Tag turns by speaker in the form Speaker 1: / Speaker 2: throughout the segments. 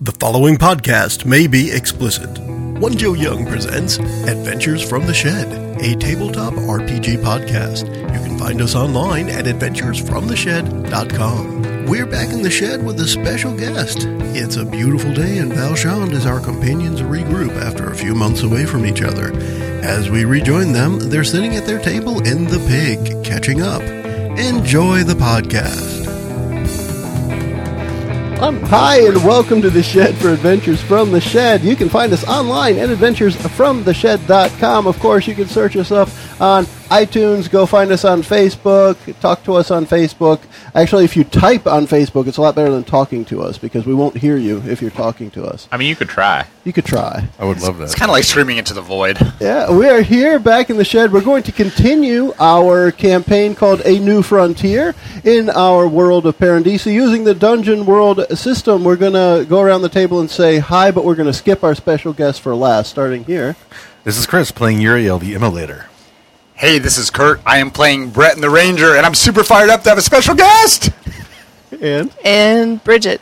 Speaker 1: The following podcast may be explicit. One Joe Young presents Adventures from the Shed, a tabletop RPG podcast. You can find us online at adventuresfromtheshed.com. We're back in the shed with a special guest. It's a beautiful day in Valchand as our companions regroup after a few months away from each other. As we rejoin them, they're sitting at their table in the pig, catching up. Enjoy the podcast.
Speaker 2: Um, hi, and welcome to the Shed for Adventures from the Shed. You can find us online at adventuresfromtheshed.com. Of course, you can search us up on iTunes. Go find us on Facebook. Talk to us on Facebook. Actually, if you type on Facebook, it's a lot better than talking to us because we won't hear you if you're talking to us.
Speaker 3: I mean, you could try.
Speaker 2: You could try.
Speaker 4: I would love
Speaker 3: It's
Speaker 4: that.
Speaker 3: kind of like screaming into the void.
Speaker 2: Yeah, we are here back in the shed. We're going to continue our campaign called A New Frontier in our world of Paradisi. Using the dungeon world system, we're going to go around the table and say hi, but we're going to skip our special guest for last, starting here.
Speaker 4: This is Chris playing Uriel the Immolator.
Speaker 3: Hey, this is Kurt. I am playing Brett and the Ranger, and I'm super fired up to have a special guest.
Speaker 2: And,
Speaker 5: and Bridget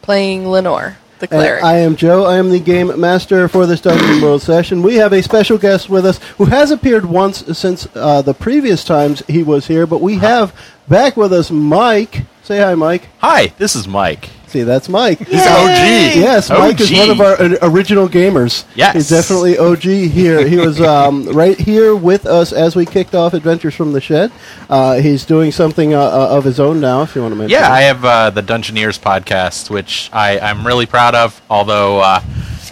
Speaker 5: playing Lenore, the
Speaker 2: and
Speaker 5: cleric.
Speaker 2: Uh, I am Joe. I am the game master for this dungeon world session. We have a special guest with us who has appeared once since uh, the previous times he was here, but we have back with us Mike. Say hi, Mike.
Speaker 6: Hi, this is Mike.
Speaker 2: See, that's Mike.
Speaker 3: He's an OG.
Speaker 2: Yes, Mike is
Speaker 6: OG.
Speaker 2: one of our uh, original gamers.
Speaker 6: Yes.
Speaker 2: he's definitely OG here. He was um, right here with us as we kicked off Adventures from the Shed. Uh, he's doing something uh, uh, of his own now. If you want to mention,
Speaker 6: Yeah, I have uh, the Dungeoneers podcast, which I, I'm really proud of, although uh,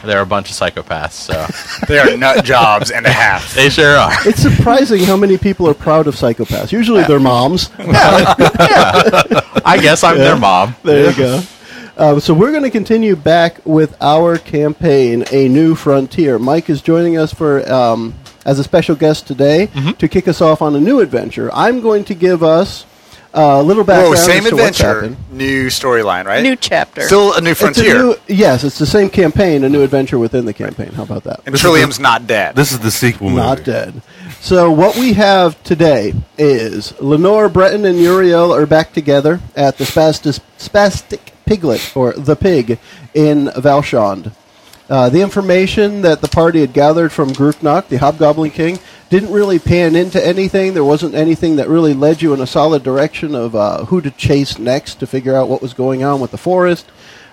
Speaker 6: they're a bunch of psychopaths, so
Speaker 3: They are nut jobs and a half.
Speaker 6: they sure are.
Speaker 2: it's surprising how many people are proud of psychopaths. Usually,
Speaker 6: Uh,
Speaker 2: they're moms.
Speaker 6: I guess I'm their mom.
Speaker 2: There you go. Um, so we're going to continue back with our campaign, A New Frontier. Mike is joining us for um, as a special guest today
Speaker 3: Mm-hmm.
Speaker 2: to kick us off on a new adventure. I'm going to give us uh, a little background.
Speaker 3: Whoa, same
Speaker 2: as to what's
Speaker 3: adventure,
Speaker 2: happened.
Speaker 3: new storyline, right?
Speaker 5: New chapter.
Speaker 3: Still a new
Speaker 2: It's a
Speaker 3: frontier.
Speaker 2: new- yes, it's the same campaign, a new adventure within the campaign. How about that?
Speaker 3: and Trillium's not dead.
Speaker 4: This is the sequel movie.
Speaker 2: Not dead. So what we have today is Lenore, Breton, and Uriel are back together at the Spastis, Spastic Piglet, or the Pig, in Valshond. Uh, the information that the party had gathered from Grooknock, the Hobgoblin King, didn't really pan into anything. There wasn't anything that really led you in a solid direction of uh, who to chase next to figure out what was going on with the forest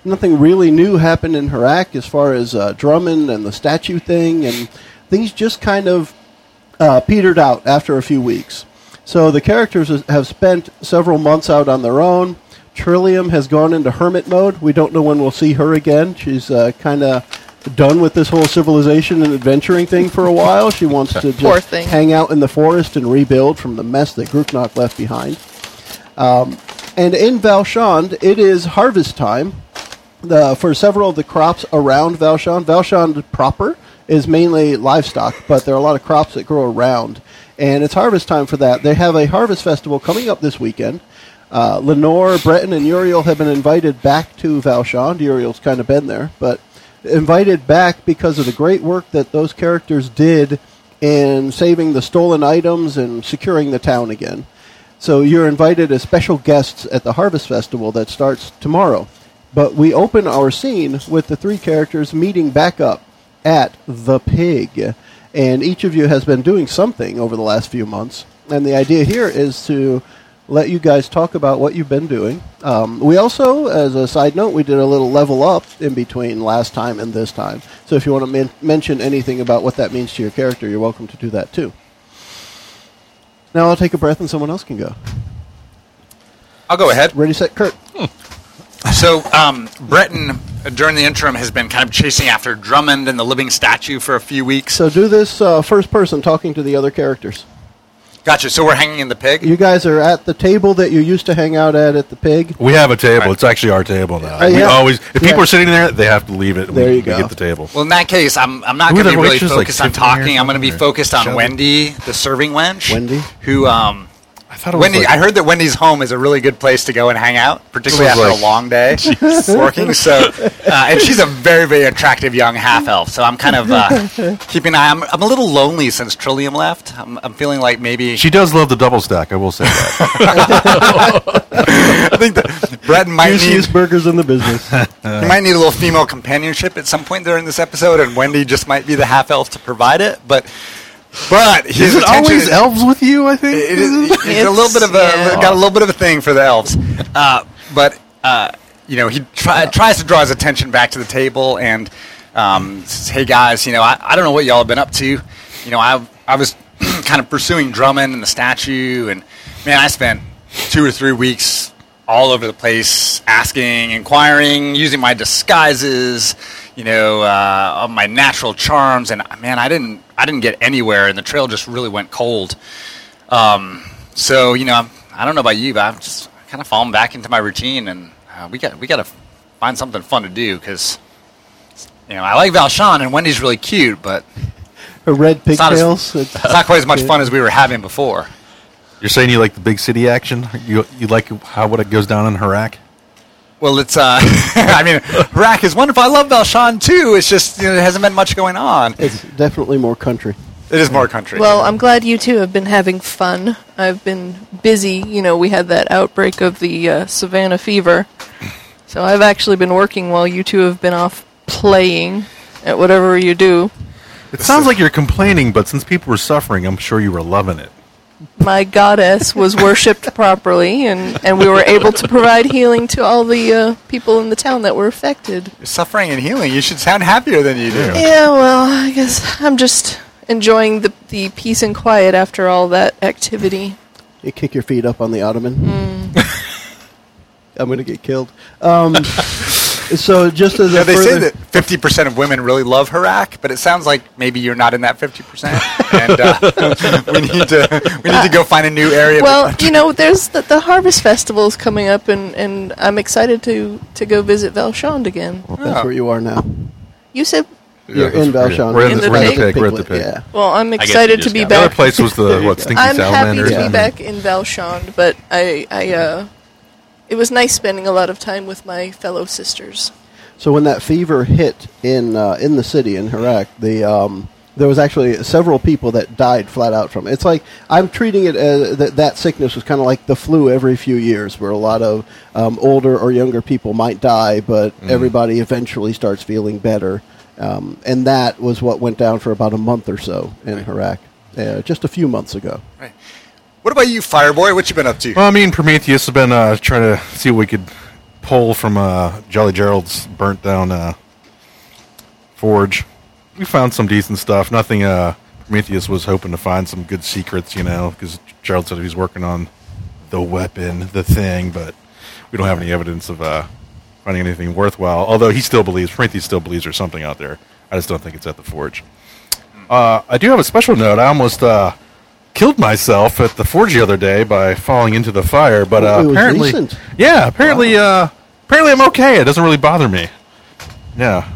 Speaker 2: nothing really new happened in Harak as far as uh, Drummond and the statue thing, and things just kind of uh, petered out after a few weeks. So the characters has- have spent several months out on their own. Trillium has gone into hermit mode. We don't know when we'll see her again. She's uh, kind of done with this whole civilization and adventuring thing for a while. She wants to
Speaker 5: Poor
Speaker 2: just
Speaker 5: thing.
Speaker 2: hang out in the forest and rebuild from the mess that Grooknock left behind. Um, And in Valshand, it is harvest time the, for several of the crops around Valshand. Valshand proper is mainly livestock, but there are a lot of crops that grow around. And it's harvest time for that. They have a harvest festival coming up this weekend. Uh, Lenore, Breton, and Uriel have been invited back to Valshand. Uriel's kind of been there, but invited back because of the great work that those characters did in saving the stolen items and securing the town again. So you're invited as special guests at the Harvest Festival that starts tomorrow. But we open our scene with the three characters meeting back up at the pig. And each of you has been doing something over the last few months. And the idea here is to let you guys talk about what you've been doing. Um, we also, as a side note, we did a little level up in between last time and this time. So if you want to men- mention anything about what that means to your character, you're welcome to do that too. Now I'll take a breath and someone else can go.
Speaker 3: I'll go ahead.
Speaker 2: Ready, set, Kurt.
Speaker 3: So, um, Breton, during the interim, has been kind of chasing after Drummond and the living statue for a few weeks.
Speaker 2: So do this uh, first person talking to the other characters.
Speaker 3: Gotcha. So we're hanging in the pig?
Speaker 2: You guys are at the table that you used to hang out at at the pig.
Speaker 4: We have a table. It's actually our table now.
Speaker 2: Uh,
Speaker 4: We
Speaker 2: yeah.
Speaker 4: always, if
Speaker 2: Yeah.
Speaker 4: people are sitting there, they have to leave it.
Speaker 2: There
Speaker 4: we,
Speaker 2: you go.
Speaker 4: We get the table.
Speaker 3: Well, in that case, I'm, I'm not
Speaker 4: Who are
Speaker 3: going to
Speaker 4: the
Speaker 3: be really
Speaker 4: wenches, like
Speaker 3: focused on
Speaker 4: Tiffany or
Speaker 3: talking. I'm going to be
Speaker 4: something, or
Speaker 3: focused on
Speaker 4: Shelby?
Speaker 3: Wendy, the serving wench.
Speaker 2: Wendy?
Speaker 3: Who, um,
Speaker 4: I thought it was
Speaker 3: Wendy,
Speaker 4: like-
Speaker 3: I heard that Wendy's home is a really good place to go and hang out, particularly
Speaker 4: This
Speaker 3: after
Speaker 4: was
Speaker 3: a
Speaker 4: like-
Speaker 3: long day working. So, uh, and she's a very, very attractive young half elf. So I'm kind of uh, keeping an eye. I'm, I'm a little lonely since Trillium left. I'm, I'm feeling like maybe
Speaker 4: She does love the double stack. I will say that.
Speaker 3: I think that Brett might need
Speaker 2: Juiciest burgers in the business.
Speaker 3: you might need a little female companionship at some point during this episode, and Wendy just might be the half elf to provide it. But but his
Speaker 4: is it
Speaker 3: attention
Speaker 4: always elves with you? I think.
Speaker 3: It is, he's a little bit of a
Speaker 5: It's- yeah.
Speaker 3: got a little bit of a thing for the elves, uh, but uh, you know he try, tries to draw his attention back to the table and um, says, "Hey guys, you know I, I don't know what y'all have been up to. You know I I was kind of pursuing Drummond and the statue, and man I spent two or three weeks all over the place asking, inquiring, using my disguises, you know, uh, of my natural charms, and man I didn't I didn't get anywhere, and the trail just really went cold." So you know, I'm, I don't know about you, but I'm just kind of falling back into my routine, and uh, we got we got to find something fun to do because you know I like Valshawn and Wendy's really cute, but
Speaker 2: Her red
Speaker 3: it's not,
Speaker 2: pigtails.
Speaker 3: as, it's not quite as much fun as we were having before.
Speaker 4: You're saying you like the big city action? You you like how what it goes down in Harak?
Speaker 3: Well, it's uh, I mean, Rack is wonderful. I love Valshawn too. It's just you know, there hasn't been much going on.
Speaker 2: It's definitely more country.
Speaker 3: It is more country.
Speaker 5: Well, I'm glad you two have been having fun. I've been busy. You know, we had that outbreak of the uh, Savannah fever. So I've actually been working while you two have been off playing at whatever you do.
Speaker 4: It sounds like you're complaining, but since people were suffering, I'm sure you were loving it.
Speaker 5: My goddess was worshipped properly, and, and we were able to provide healing to all the uh, people in the town that were affected.
Speaker 3: You're suffering and healing. You should sound happier than you do.
Speaker 5: Yeah, well, I guess I'm just enjoying the, the peace and quiet after all that activity.
Speaker 2: You kick your feet up on the ottoman.
Speaker 5: Hmm.
Speaker 2: I'm going to get killed. Um, so just as
Speaker 3: You know,
Speaker 2: a
Speaker 3: they say
Speaker 2: further,
Speaker 3: that 50% of women really love Harak, but it sounds like maybe you're not in that 50%. and uh, we, need to, we need to go find a new area.
Speaker 5: Well, you know, there's the, the Harvest Festival is coming up, and, and I'm excited to, to go visit Valchand again.
Speaker 2: that's where you are now.
Speaker 5: You said,
Speaker 2: You're
Speaker 4: that's
Speaker 2: in
Speaker 4: where you-
Speaker 2: Valjean.
Speaker 4: We're in,
Speaker 5: In
Speaker 4: the,
Speaker 5: the
Speaker 4: we're in the
Speaker 5: pig.
Speaker 4: pig. We're at the pig.
Speaker 2: Piglet, Yeah.
Speaker 5: well, I'm
Speaker 6: guess
Speaker 5: excited
Speaker 6: you
Speaker 5: to
Speaker 6: just
Speaker 5: be
Speaker 6: got
Speaker 4: The other
Speaker 5: back.
Speaker 4: place was the
Speaker 2: There you
Speaker 4: what
Speaker 2: go.
Speaker 4: stinky
Speaker 5: I'm happy
Speaker 4: salamander.
Speaker 5: to be
Speaker 2: Yeah.
Speaker 5: back in Valchand, but I, I uh, it was nice spending a lot of time with my fellow sisters.
Speaker 2: So when that fever hit in uh, in the city in Iraq, the um, there was actually several people that died flat out from it. It's like I'm treating it as that that sickness was kind of like the flu every few years, where a lot of um, older or younger people might die, but
Speaker 4: Mm-hmm.
Speaker 2: everybody eventually starts feeling better. Um, and that was what went down for about a month or so in Iraq, uh, just a few months ago.
Speaker 3: Right. What about you, Fireboy? What you been up to?
Speaker 4: Well, me and Prometheus have been uh, trying to see what we could pull from uh, Jolly Gerald's burnt down uh, forge. We found some decent stuff. Nothing. Uh, Prometheus was hoping to find some good secrets, you know, because Gerald said he was working on the weapon, the thing, but we don't have any evidence of uh, finding anything worthwhile. Although he still believes, Prometheus still believes there's something out there. I just don't think it's at the forge. Uh, I do have a special note. I almost uh, killed myself at the forge the other day by falling into the fire, but
Speaker 2: Oh, it
Speaker 4: uh,
Speaker 2: was
Speaker 4: apparently,
Speaker 2: recent.
Speaker 4: yeah, apparently, uh, apparently, I'm okay. It doesn't really bother me. Yeah,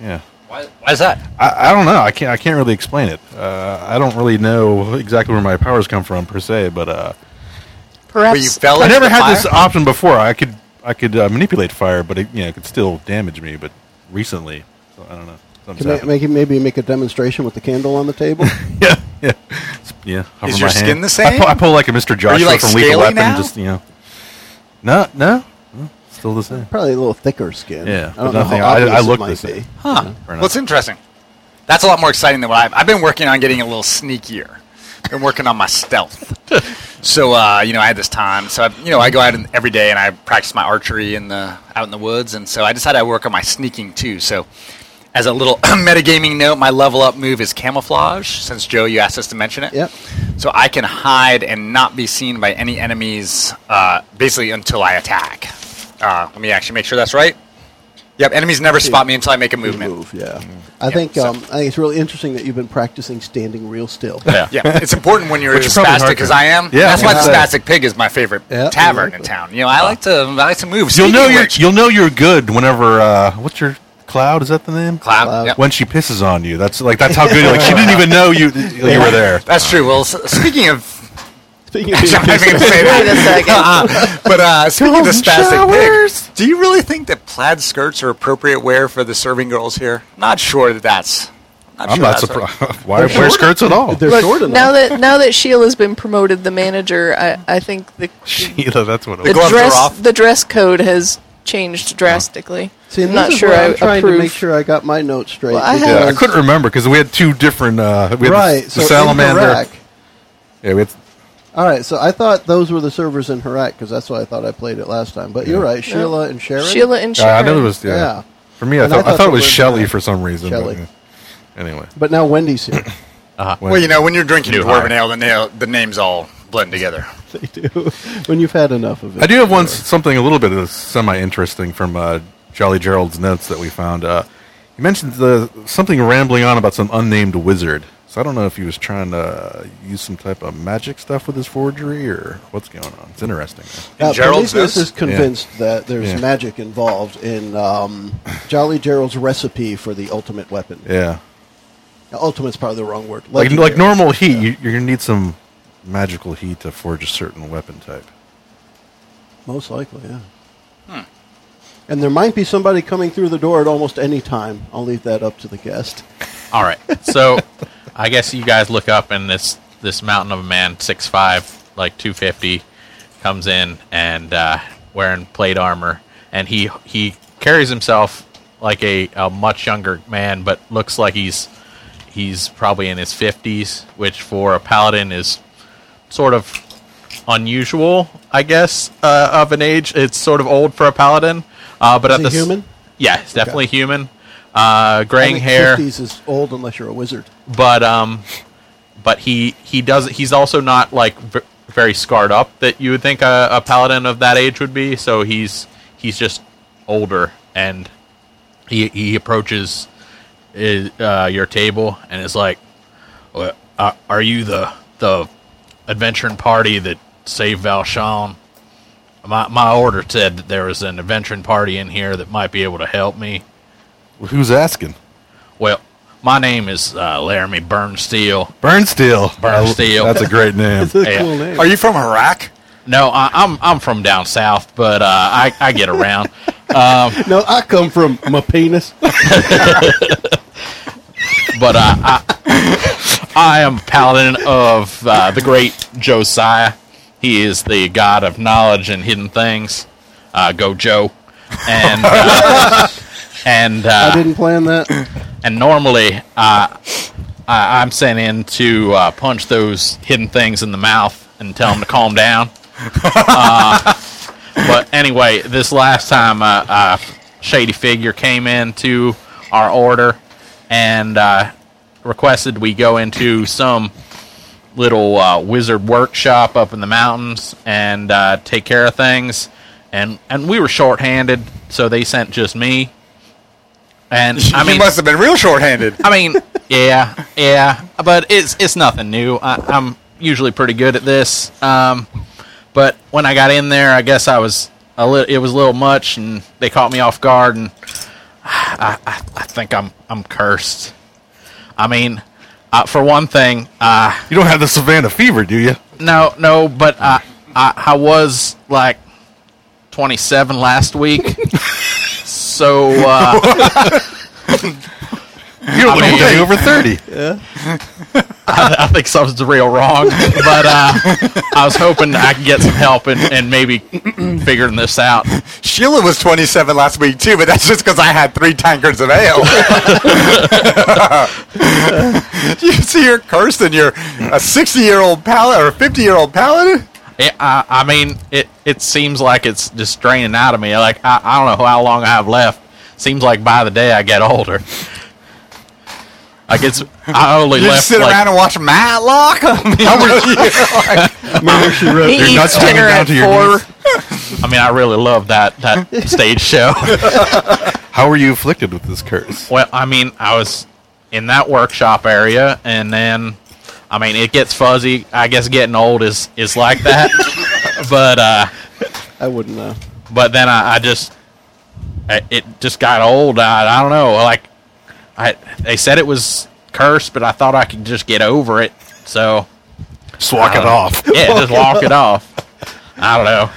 Speaker 4: yeah.
Speaker 3: Why, why is that?
Speaker 4: I, I don't know. I can't. I can't really explain it. Uh, I don't really know exactly where my powers come from per se, but uh,
Speaker 5: Perhaps
Speaker 3: you fell
Speaker 4: I
Speaker 3: Like
Speaker 4: never
Speaker 3: the
Speaker 4: had
Speaker 3: fire?
Speaker 4: this option before. I could. I could uh, manipulate fire, but it, you know, it could still damage me. But recently, so I don't know. Something's
Speaker 2: Can I
Speaker 4: happened.
Speaker 2: make, maybe make a demonstration with the candle on the table?
Speaker 4: yeah, yeah, yeah. hover
Speaker 3: Is your
Speaker 4: my
Speaker 3: skin
Speaker 4: hand.
Speaker 3: the
Speaker 4: I pull, I
Speaker 3: same?
Speaker 4: pull like a Mr. Joshua
Speaker 3: like,
Speaker 4: from Lethal
Speaker 3: scaly
Speaker 4: Weapon.
Speaker 3: now?
Speaker 4: Just you know, no, no, no, still the same.
Speaker 2: Probably a little thicker skin.
Speaker 4: Yeah,
Speaker 2: I don't
Speaker 4: but
Speaker 2: know how
Speaker 4: nothing- I- I
Speaker 2: obvious it
Speaker 4: look
Speaker 2: might
Speaker 4: the same.
Speaker 2: be.
Speaker 3: Huh.
Speaker 4: Fair
Speaker 3: Well, it's interesting. That's a lot more exciting than what I've, I've been working on getting a little sneakier. Been working on my stealth. so uh, you know, I had this time. So I, you know, I go out in, every day and I practice my archery in the out in the woods. And so I decided I work on my sneaking too. So as a little metagaming note, my level up move is camouflage. Since Joe, you asked us to mention it.
Speaker 2: Yep.
Speaker 3: So I can hide and not be seen by any enemies, uh, basically until I attack. Uh, let me actually make sure that's right. Yep, enemies never spot me until I make a
Speaker 2: You
Speaker 3: movement.
Speaker 2: move, yeah. I think
Speaker 3: so-
Speaker 2: um, I think it's really interesting that you've been practicing standing real still.
Speaker 6: Yeah.
Speaker 3: Yeah, it's important when you're
Speaker 4: Which
Speaker 3: a
Speaker 4: is probably
Speaker 3: spastic
Speaker 4: hard
Speaker 3: as
Speaker 4: to-
Speaker 3: I am.
Speaker 4: Yeah,
Speaker 3: that's why the
Speaker 4: yeah.
Speaker 3: spastic pig is my favorite
Speaker 2: Yeah,
Speaker 3: tavern
Speaker 2: exactly.
Speaker 3: in town. You know, I like to I like to move.
Speaker 4: You'll
Speaker 3: Speaking
Speaker 4: know
Speaker 3: of
Speaker 4: you're
Speaker 3: which-
Speaker 4: you'll know you're good whenever uh, what's your cloud? Is that the name?
Speaker 3: cloud.
Speaker 2: Cloud.
Speaker 3: yep.
Speaker 4: When she pisses on you, that's like that's how good. Like she didn't even know you you were there.
Speaker 3: That's true. Well, s- speaking of
Speaker 2: Speaking of
Speaker 3: I'm not
Speaker 2: being
Speaker 3: even gonna say that.
Speaker 5: Wait a second.
Speaker 3: Uh-uh. but uh, speaking of the
Speaker 4: Golden
Speaker 3: spastic
Speaker 4: showers.
Speaker 3: pig, do you really think that plaid skirts are appropriate wear for the serving girls here? Not sure that that's. Not
Speaker 4: I'm
Speaker 3: sure
Speaker 4: not
Speaker 3: that's right.
Speaker 4: surprised. Why
Speaker 2: They're
Speaker 4: wear
Speaker 2: short.
Speaker 4: skirts at all?
Speaker 2: they're
Speaker 5: Look,
Speaker 2: short enough.
Speaker 5: now that now that Sheila's been promoted, the manager, I, I think the
Speaker 4: Sheila, that's what it
Speaker 5: the
Speaker 4: was.
Speaker 3: gloves are
Speaker 5: dress
Speaker 3: off.
Speaker 5: the dress code has changed drastically.
Speaker 2: See, and
Speaker 5: I'm
Speaker 2: this
Speaker 5: not
Speaker 2: is
Speaker 5: sure
Speaker 2: where
Speaker 5: I
Speaker 2: I'm trying
Speaker 5: approve.
Speaker 2: to make sure I got my notes straight.
Speaker 5: Well, I
Speaker 2: because-
Speaker 5: have-
Speaker 4: Yeah, I couldn't remember because we had two different. Uh, we had
Speaker 2: right,
Speaker 4: the,
Speaker 2: so
Speaker 4: the salamander.
Speaker 2: incorrect.
Speaker 4: Yeah, we had
Speaker 2: All right, so I thought those were the servers in Harak because that's why I thought I played it last time. But you're right, Sheila and Sharon.
Speaker 5: Sheila and
Speaker 4: Uh,
Speaker 5: Sharon.
Speaker 4: I know it was yeah.
Speaker 2: Yeah.
Speaker 4: For me, I
Speaker 2: And
Speaker 4: thought, I thought, it was Shelly for some reason. but,
Speaker 2: Shelley.
Speaker 4: yeah. anyway,
Speaker 2: But now Wendy's here.
Speaker 3: Well, you know, when you're drinking
Speaker 6: New
Speaker 3: dwarven
Speaker 6: hire.
Speaker 3: ale, the, nail, the names all blend together.
Speaker 2: they do when you've had enough of it.
Speaker 4: I do have one something a little bit of semi interesting from uh, Jolly Gerald's notes that we found. Uh, he mentioned the, something rambling on about some unnamed wizard. So I don't know if he was trying to use some type of magic stuff with his forgery or what's going on. It's interesting.
Speaker 3: In
Speaker 2: Uh,
Speaker 3: Gerald's
Speaker 2: Prometheus
Speaker 3: notes?
Speaker 2: is convinced that there's
Speaker 4: Yeah.
Speaker 2: magic involved in um, Jolly Gerald's recipe for the ultimate weapon.
Speaker 4: Yeah,
Speaker 2: Now, Ultimate's probably the wrong word.
Speaker 4: like
Speaker 2: Legendary.
Speaker 4: like normal heat, you, you're gonna need some magical heat to forge a certain weapon type.
Speaker 2: Most likely, yeah.
Speaker 3: Hmm.
Speaker 2: And there might be somebody coming through the door at almost any time. I'll leave that up to the guest.
Speaker 6: All right. So I guess you guys look up and this this mountain of a man, six five, like two fifty, comes in and uh, wearing plate armor, and he he carries himself like a, a much younger man, but looks like he's he's probably in his fifties, which for a paladin is sort of unusual, I guess, uh, of an age. It's sort of old for a paladin, uh, but
Speaker 2: Is
Speaker 6: at
Speaker 2: he
Speaker 6: the s-
Speaker 2: human?
Speaker 6: yeah, it's definitely human. Uh,
Speaker 2: I
Speaker 6: graying
Speaker 2: think
Speaker 6: hair
Speaker 2: 50s is old unless you're a wizard.
Speaker 6: but um, but he he does he's also not like v- very scarred up that you would think a, a paladin of that age would be. So he's he's just older, and he he approaches is, uh, your table and is like, "Well, uh, "Are you the the adventuring party that saved Valshan?" My, my order said that there was an adventuring party in here that might be able to help me.
Speaker 4: Well, who's asking?
Speaker 6: Well, my name is uh, Laramie Burnsteel,
Speaker 4: Burnsteel.
Speaker 6: Burnsteel.
Speaker 4: That's a great name.
Speaker 2: It's a
Speaker 6: Yeah.
Speaker 2: cool name.
Speaker 3: Are you from Iraq?
Speaker 6: No, I, I'm I'm from down south, but uh, I I get around. Uh,
Speaker 2: no, I come from my penis.
Speaker 6: but uh, I I am paladin of uh, the great Josiah. He is the god of knowledge and hidden things. Uh, go Joe, and uh, and
Speaker 2: I
Speaker 6: uh,
Speaker 2: didn't plan that.
Speaker 6: and normally uh, I, I'm sent in to uh, punch those hidden things in the mouth and tell them to calm down. uh, but anyway, this last time uh, a shady figure came into our order and uh, requested we go into some little uh, wizard workshop up in the mountains and uh, take care of things. And and we were shorthanded, so they sent just me. And I mean,
Speaker 3: you must have been real shorthanded.
Speaker 6: I mean, yeah, yeah, but it's it's nothing new. I, I'm usually pretty good at this, um, but when I got in there, I guess I was a li- it was a little much, and they caught me off guard, and I, I, I think I'm I'm cursed. I mean, uh, for one thing, uh,
Speaker 4: You don't have the Savannah fever, do you?
Speaker 6: no, no, but I, I, I was like 27 last week. so, uh,
Speaker 4: You don't look a
Speaker 6: mean-
Speaker 4: day over 30.
Speaker 6: I, I think something's real wrong. But, uh, I was hoping I could get some help and, and maybe figuring this out.
Speaker 3: Sheila was 27 last week, too, but that's just because I had three tankards of ale. you see, you're cursed and you're a 60 year old paladin or a 50 year old paladin?
Speaker 6: It, I, I mean, it, it seems like it's just draining out of me. Like, I, I don't know how long I have left. Seems like by the day I get older. Like, it's, I only
Speaker 3: You
Speaker 6: left
Speaker 3: just sit
Speaker 6: like,
Speaker 3: around and watch Matlock? I mean, you're like-
Speaker 2: Remember she wrote
Speaker 5: He
Speaker 4: You're
Speaker 5: eats
Speaker 4: not standing
Speaker 5: dinner
Speaker 4: down
Speaker 5: at
Speaker 4: to your
Speaker 5: four.
Speaker 4: knees.
Speaker 6: I mean, I really love that that stage show.
Speaker 4: How are you afflicted with this curse?
Speaker 6: well, I mean, I was in that workshop area, and then, I mean, it gets fuzzy. I guess getting old is is like that. but uh,
Speaker 2: I wouldn't uh, know.
Speaker 6: but then I, I just I, it just got old. I, I don't know. Like I they said it was cursed, but I thought I could just get over it. So
Speaker 4: Just walk it off.
Speaker 6: Yeah, just walk it off. I don't know.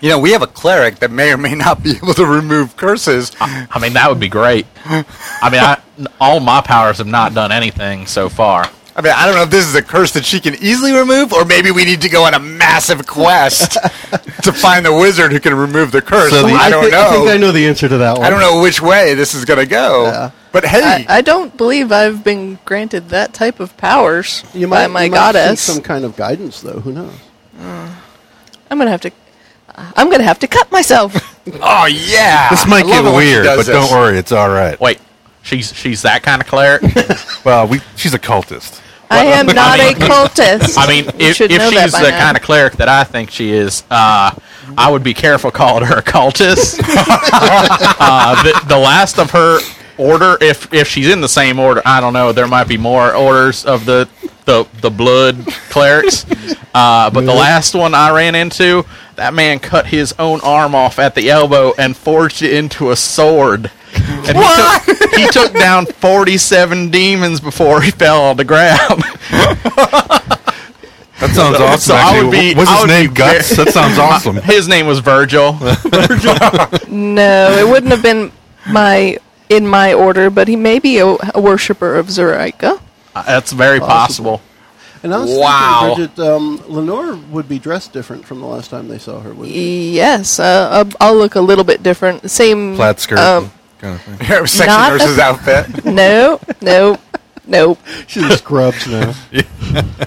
Speaker 3: You know, we have a cleric that may or may not be able to remove curses.
Speaker 6: I mean, that would be great. I mean, I, all my powers have not done anything so far.
Speaker 3: I mean, I don't know if this is a curse that she can easily remove, or maybe we need to go on a massive quest to find the wizard who can remove the curse.
Speaker 2: the-
Speaker 3: I, don't
Speaker 2: thi-
Speaker 3: know.
Speaker 2: I think I know the answer to that one.
Speaker 3: I don't know which way this is going to go.
Speaker 2: Yeah.
Speaker 3: But hey,
Speaker 5: I, I don't believe I've been granted that type of powers
Speaker 2: You might,
Speaker 5: by my
Speaker 2: you might seek
Speaker 5: goddess.
Speaker 2: some kind of guidance, though. Who knows?
Speaker 5: I'm gonna have to. I'm gonna have to cut myself.
Speaker 3: oh yeah,
Speaker 4: This might
Speaker 3: I love
Speaker 4: get
Speaker 3: it when she
Speaker 4: weird,
Speaker 3: does
Speaker 4: but
Speaker 3: this.
Speaker 4: don't worry, it's all right.
Speaker 6: Wait, she's she's that kind of cleric.
Speaker 4: Well, we, she's a cultist.
Speaker 5: I am not a cultist.
Speaker 6: I mean,
Speaker 5: You
Speaker 6: if,
Speaker 5: should
Speaker 6: if
Speaker 5: know that
Speaker 6: she's
Speaker 5: by
Speaker 6: the
Speaker 5: now.
Speaker 6: kind of cleric that I think she is, uh, I would be careful calling her a cultist. uh, the, the last of her order, if if she's in the same order, I don't know. There might be more orders of the the, the blood clerics, uh, but the last one I ran into, that man cut his own arm off at the elbow and forged it into a sword. And He, took, he took down forty-seven demons before he fell on the ground.
Speaker 4: That sounds
Speaker 6: So-
Speaker 4: awesome.
Speaker 6: so I
Speaker 4: actually.
Speaker 6: would be-
Speaker 4: What's
Speaker 6: I
Speaker 4: his
Speaker 6: would
Speaker 4: name?
Speaker 6: be
Speaker 4: Guts. That sounds awesome.
Speaker 6: His name was Virgil.
Speaker 5: no, it wouldn't have been my in my order, but he may be a, a worshiper of Zoraika.
Speaker 6: Uh, That's very possible.
Speaker 2: And I was
Speaker 3: Wow.
Speaker 2: thinking, Bridget, um, Lenore would be dressed different from the last time they saw her. Wouldn't she?
Speaker 5: Yes, uh, I'll- I'll look a little bit different. Same
Speaker 4: Flat skirt
Speaker 5: Um,
Speaker 4: kind of thing.
Speaker 3: Her sexy
Speaker 5: Not a-
Speaker 3: nurse's outfit.
Speaker 5: no, no, no.
Speaker 2: She's in scrubs now.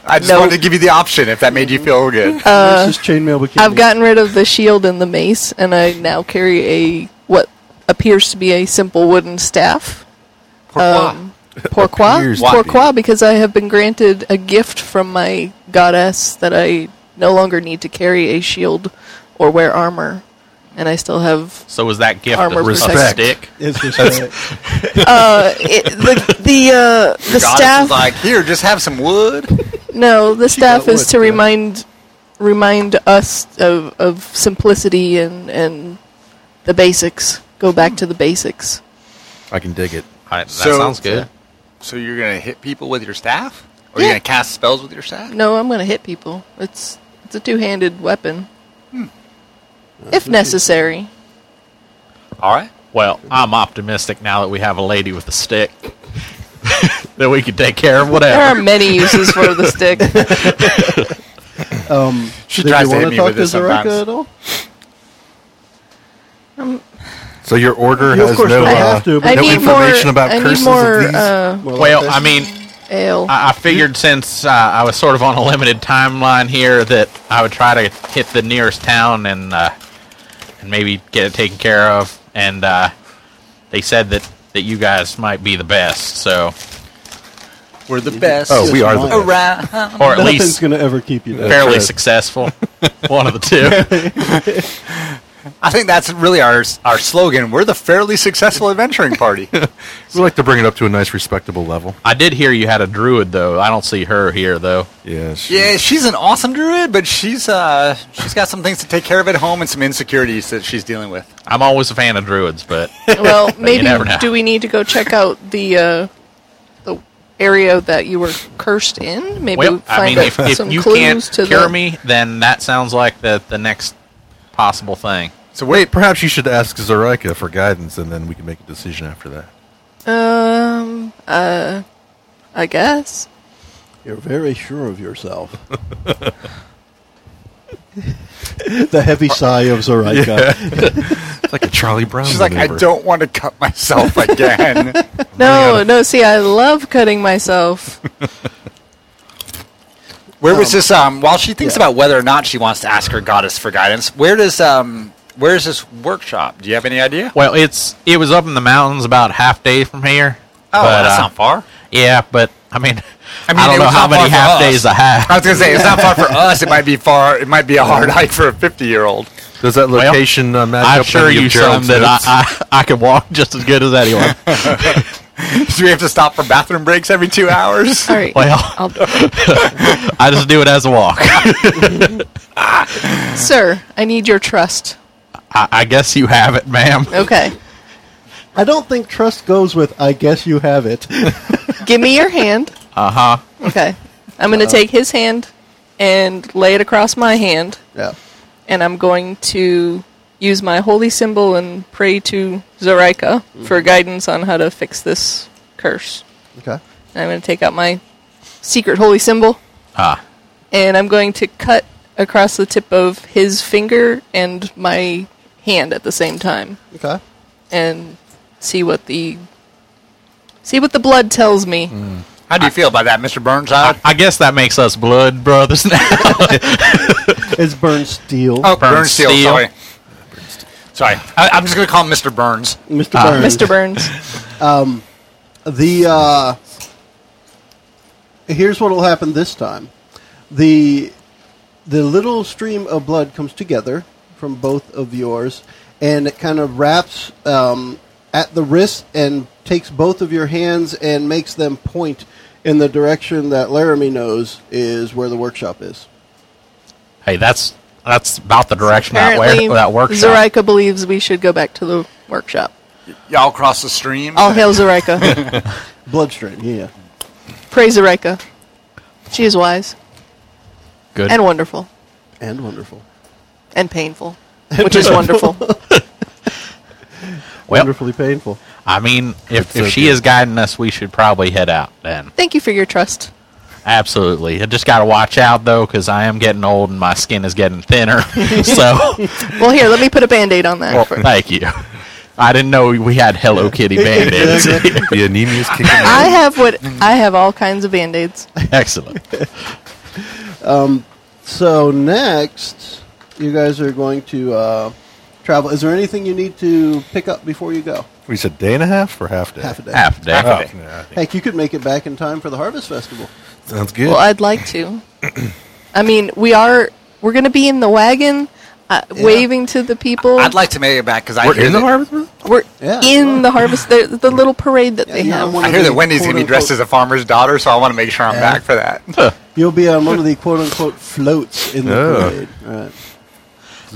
Speaker 3: I just
Speaker 5: No.
Speaker 3: wanted to give you the option if that made you feel good.
Speaker 2: She's chainmail bikini.
Speaker 5: I've gotten rid of the shield and the mace, and I now carry a what appears to be a simple wooden staff. Um, pourquoi?
Speaker 4: Appears to be.
Speaker 5: pourquoi? Because I have been granted a gift from my goddess that I no longer need to carry a shield or wear armor, and I still have
Speaker 6: So was that gift
Speaker 5: Armor
Speaker 6: a
Speaker 5: protection.
Speaker 6: stick?
Speaker 2: It's just uh,
Speaker 5: it, the the uh, the
Speaker 3: Goddess
Speaker 5: staff.
Speaker 3: is like, here, just have some wood.
Speaker 5: No, the staff
Speaker 2: got
Speaker 5: is
Speaker 2: wood,
Speaker 5: to
Speaker 2: yeah.
Speaker 5: remind remind us of, of simplicity and, and the basics. Go back to the basics.
Speaker 4: I can dig it.
Speaker 6: I, that
Speaker 3: So-
Speaker 6: sounds good.
Speaker 3: So you're gonna hit people with your staff, or you're
Speaker 5: Yeah.
Speaker 3: gonna cast spells with your staff?
Speaker 5: No, I'm going to hit people. It's it's a two handed weapon, if necessary.
Speaker 3: All right.
Speaker 6: Well, I'm optimistic now that we have a lady with a stick that we can take care of whatever.
Speaker 5: There are many uses for the stick.
Speaker 2: um,
Speaker 3: She
Speaker 2: did
Speaker 3: tries
Speaker 2: you
Speaker 3: to hit
Speaker 2: wanna
Speaker 3: me
Speaker 2: talk
Speaker 3: with
Speaker 2: to
Speaker 3: this sometimes.
Speaker 2: Zoraika at all?
Speaker 4: So your order
Speaker 2: You of
Speaker 4: has
Speaker 2: course
Speaker 4: no,
Speaker 2: don't
Speaker 4: uh,
Speaker 2: have to, but-
Speaker 5: I
Speaker 4: no
Speaker 5: need more.
Speaker 4: information about
Speaker 5: I
Speaker 4: curses
Speaker 5: need
Speaker 4: of
Speaker 5: more
Speaker 4: these.
Speaker 5: uh,
Speaker 2: Well,
Speaker 6: well,
Speaker 2: okay.
Speaker 6: I mean,
Speaker 5: ale.
Speaker 6: I, I figured since uh, I was sort of on a limited timeline here that I would try to hit the nearest town and uh, and maybe get it taken care of. And uh, they said that, that you guys might be the best, so
Speaker 3: We're the best.
Speaker 4: oh, we are the
Speaker 2: Just
Speaker 4: best.
Speaker 6: or at
Speaker 2: nothing's
Speaker 6: least
Speaker 2: going to ever keep you down.
Speaker 6: fairly
Speaker 4: right.
Speaker 6: successful. One of the two.
Speaker 3: I think that's really our our slogan. We're the fairly successful adventuring party.
Speaker 4: We like to bring it up to a nice, respectable level.
Speaker 6: I did hear you had a druid though. I don't see her here though.
Speaker 4: Yeah. she-
Speaker 3: yeah, she's an awesome druid, but she's uh she's got some things to take care of at home and some insecurities that she's dealing with.
Speaker 6: I'm always a fan of druids, but
Speaker 5: well, maybe
Speaker 6: never know.
Speaker 5: do we need to go check out the uh, the area that you were cursed in? Maybe
Speaker 6: well,
Speaker 5: find
Speaker 6: I mean,
Speaker 5: out
Speaker 6: if, if
Speaker 5: some
Speaker 6: you
Speaker 5: clues
Speaker 6: can't
Speaker 5: to
Speaker 6: cure
Speaker 5: the-
Speaker 6: me, then that sounds like the the next possible thing.
Speaker 3: So wait,
Speaker 4: Perhaps you should ask Zoraika for guidance, and then we can make a decision after that.
Speaker 5: Um. Uh. I guess.
Speaker 2: You're very sure of yourself. the heavy sigh of Zoraika.
Speaker 4: It's like a Charlie Brown.
Speaker 3: she's like, I
Speaker 4: maneuver.
Speaker 3: don't want to cut myself again.
Speaker 5: No, no. See, I love cutting myself.
Speaker 3: Where was this? Um, while she thinks
Speaker 2: yeah.
Speaker 3: about whether or not she wants to ask her goddess for guidance, where does um, where is this workshop? Do you have any idea?
Speaker 6: Well, it's it was up in the mountains about half day from here.
Speaker 3: Oh,
Speaker 6: but,
Speaker 3: that's
Speaker 6: uh,
Speaker 3: not far.
Speaker 6: Yeah, but I mean, I,
Speaker 3: mean, it
Speaker 6: don't know
Speaker 3: was
Speaker 6: how
Speaker 3: not far
Speaker 6: many
Speaker 3: for
Speaker 6: half
Speaker 3: us.
Speaker 6: days I have.
Speaker 3: I was gonna say it's not far for us. It might be far. It might be a hard hike for a fifty-year-old.
Speaker 4: Does that location uh, match
Speaker 6: I
Speaker 4: up with
Speaker 6: assure
Speaker 4: any of
Speaker 6: you, son,
Speaker 4: Gerald's
Speaker 6: that
Speaker 4: notes?
Speaker 6: I, I I can walk just as good as anyone.
Speaker 3: Do we have to stop for bathroom breaks every two hours?
Speaker 5: All right.
Speaker 6: Well.
Speaker 5: I'll,
Speaker 6: I just do it as a walk. I,
Speaker 5: sir, I need your trust.
Speaker 6: I guess you have it, ma'am.
Speaker 5: Okay.
Speaker 2: I don't think trust goes with I guess you have it.
Speaker 5: Give me your hand.
Speaker 6: Uh huh.
Speaker 5: Okay. I'm going to take his hand and lay it across my hand,
Speaker 2: Yeah.
Speaker 5: and I'm going to use my holy symbol and pray to Zoraika for guidance on how to fix this curse.
Speaker 2: Okay.
Speaker 5: And I'm going to take out my secret holy symbol,
Speaker 6: Ah,
Speaker 5: and I'm going to cut across the tip of his finger and my hand at the same time,
Speaker 2: Okay.
Speaker 5: and see what the see what the blood tells me.
Speaker 3: How do you feel about that, Mr. Burnside?
Speaker 6: I, I guess that makes us blood brothers now.
Speaker 2: It's burned steel.
Speaker 3: oh,
Speaker 6: Burns
Speaker 3: Burns Steel.
Speaker 6: Steel.
Speaker 3: Sorry. Sorry. I, I'm just going to call him Mr. Burns.
Speaker 2: Mr. Burns.
Speaker 5: Mr. Burns.
Speaker 2: The uh, here's what will happen this time. The the little stream of blood comes together from both of yours, and it kind of wraps um, at the wrist and takes both of your hands and makes them point in the direction that Laramie knows is where the workshop is.
Speaker 6: hey, that's that's about the direction that
Speaker 5: Apparently,
Speaker 6: where that works. out.
Speaker 5: Zoraika believes we should go back to the workshop.
Speaker 3: Y'all cross the stream.
Speaker 5: All hail Zoraika.
Speaker 2: Bloodstream, yeah.
Speaker 5: Praise Zoraika. She is wise
Speaker 6: Good.
Speaker 5: and wonderful
Speaker 2: And wonderful.
Speaker 5: and painful, which is wonderful.
Speaker 6: well,
Speaker 2: Wonderfully painful.
Speaker 6: I mean, if,
Speaker 4: so
Speaker 6: if she
Speaker 4: good.
Speaker 6: is guiding us, we should probably head out then.
Speaker 5: Thank you for your trust.
Speaker 6: Absolutely. I just got to watch out though, because I am getting old and my skin is getting thinner. so,
Speaker 5: Well, here, let me put a band aid on that.
Speaker 6: thank you. I didn't know we had Hello Kitty band aids.
Speaker 4: the anemia's kicking.
Speaker 5: I have what I have all kinds of band aids.
Speaker 6: Excellent.
Speaker 2: So next, you guys are going to uh, travel. Is there anything you need to pick up before you go?
Speaker 4: We said day and a half or half day.
Speaker 2: Half a day.
Speaker 6: Half day.
Speaker 4: Oh, yeah, I think-
Speaker 2: Heck, you could make it back in time for the Harvest Festival.
Speaker 4: sounds good.
Speaker 5: Well, I'd like to. I mean, we are we're going to be in the wagon, uh, waving to the people.
Speaker 3: I'd like to make it back because I
Speaker 4: We're
Speaker 3: hear
Speaker 4: in the
Speaker 3: that-
Speaker 4: harvest. Moon?
Speaker 5: we're
Speaker 2: Yeah.
Speaker 5: in the harvest, the, the little parade that
Speaker 2: Yeah,
Speaker 5: they
Speaker 2: you're on
Speaker 5: have.
Speaker 2: one
Speaker 3: I
Speaker 2: of
Speaker 3: hear
Speaker 2: the
Speaker 3: that Wendy's going to be dressed as
Speaker 2: quote-unquote-
Speaker 3: a farmer's daughter, so I want to make sure I'm back for that.
Speaker 2: You'll be on one of the quote unquote floats in the
Speaker 4: Oh.
Speaker 2: parade. Right.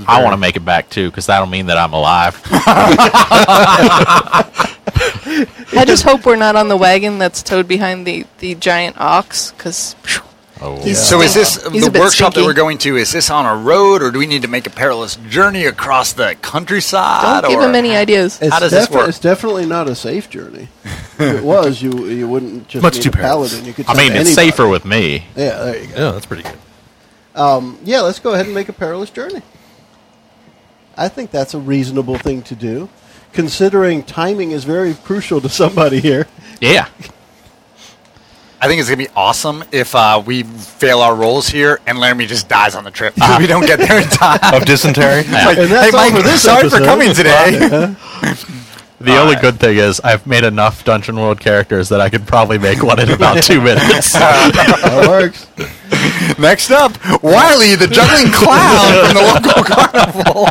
Speaker 6: I want to make it back too, because that'll mean that I'm alive.
Speaker 5: I just hope we're not on the wagon that's towed behind the, the giant ox, because
Speaker 6: Oh.
Speaker 5: He's-
Speaker 3: So is this
Speaker 5: He's a
Speaker 3: the
Speaker 5: bit
Speaker 3: workshop that
Speaker 5: stinky.
Speaker 3: we're going to? Is this on a road, or do we need to make a perilous journey across the countryside?
Speaker 5: don't give
Speaker 3: or
Speaker 5: him any uh, ideas.
Speaker 2: It's
Speaker 3: does this
Speaker 2: defi-
Speaker 3: work?
Speaker 2: It's definitely not a safe journey. if it was, you you wouldn't just
Speaker 4: Much
Speaker 2: need
Speaker 4: too
Speaker 2: a
Speaker 4: perilous.
Speaker 2: paladin. You could
Speaker 6: I mean,
Speaker 2: send
Speaker 6: it's
Speaker 2: anybody.
Speaker 6: safer with me.
Speaker 2: Yeah, there you go.
Speaker 4: Yeah, that's pretty good.
Speaker 2: Yeah, let's go ahead and make a perilous journey. I think that's a reasonable thing to do, considering timing is very crucial to somebody here.
Speaker 6: Yeah.
Speaker 3: I think it's going to be awesome if uh, we fail our roles here and Laramie just dies on the trip. we don't get there in time.
Speaker 4: Of dysentery.
Speaker 3: Like,
Speaker 2: And that's
Speaker 3: hey,
Speaker 2: all
Speaker 3: Mike,
Speaker 2: for this
Speaker 3: sorry
Speaker 2: episode.
Speaker 3: for coming today.
Speaker 6: The only good thing is I've made enough Dungeon World characters that I could probably make one in about two minutes.
Speaker 2: That works.
Speaker 3: Next up, Wiley, the juggling clown from the local carnival.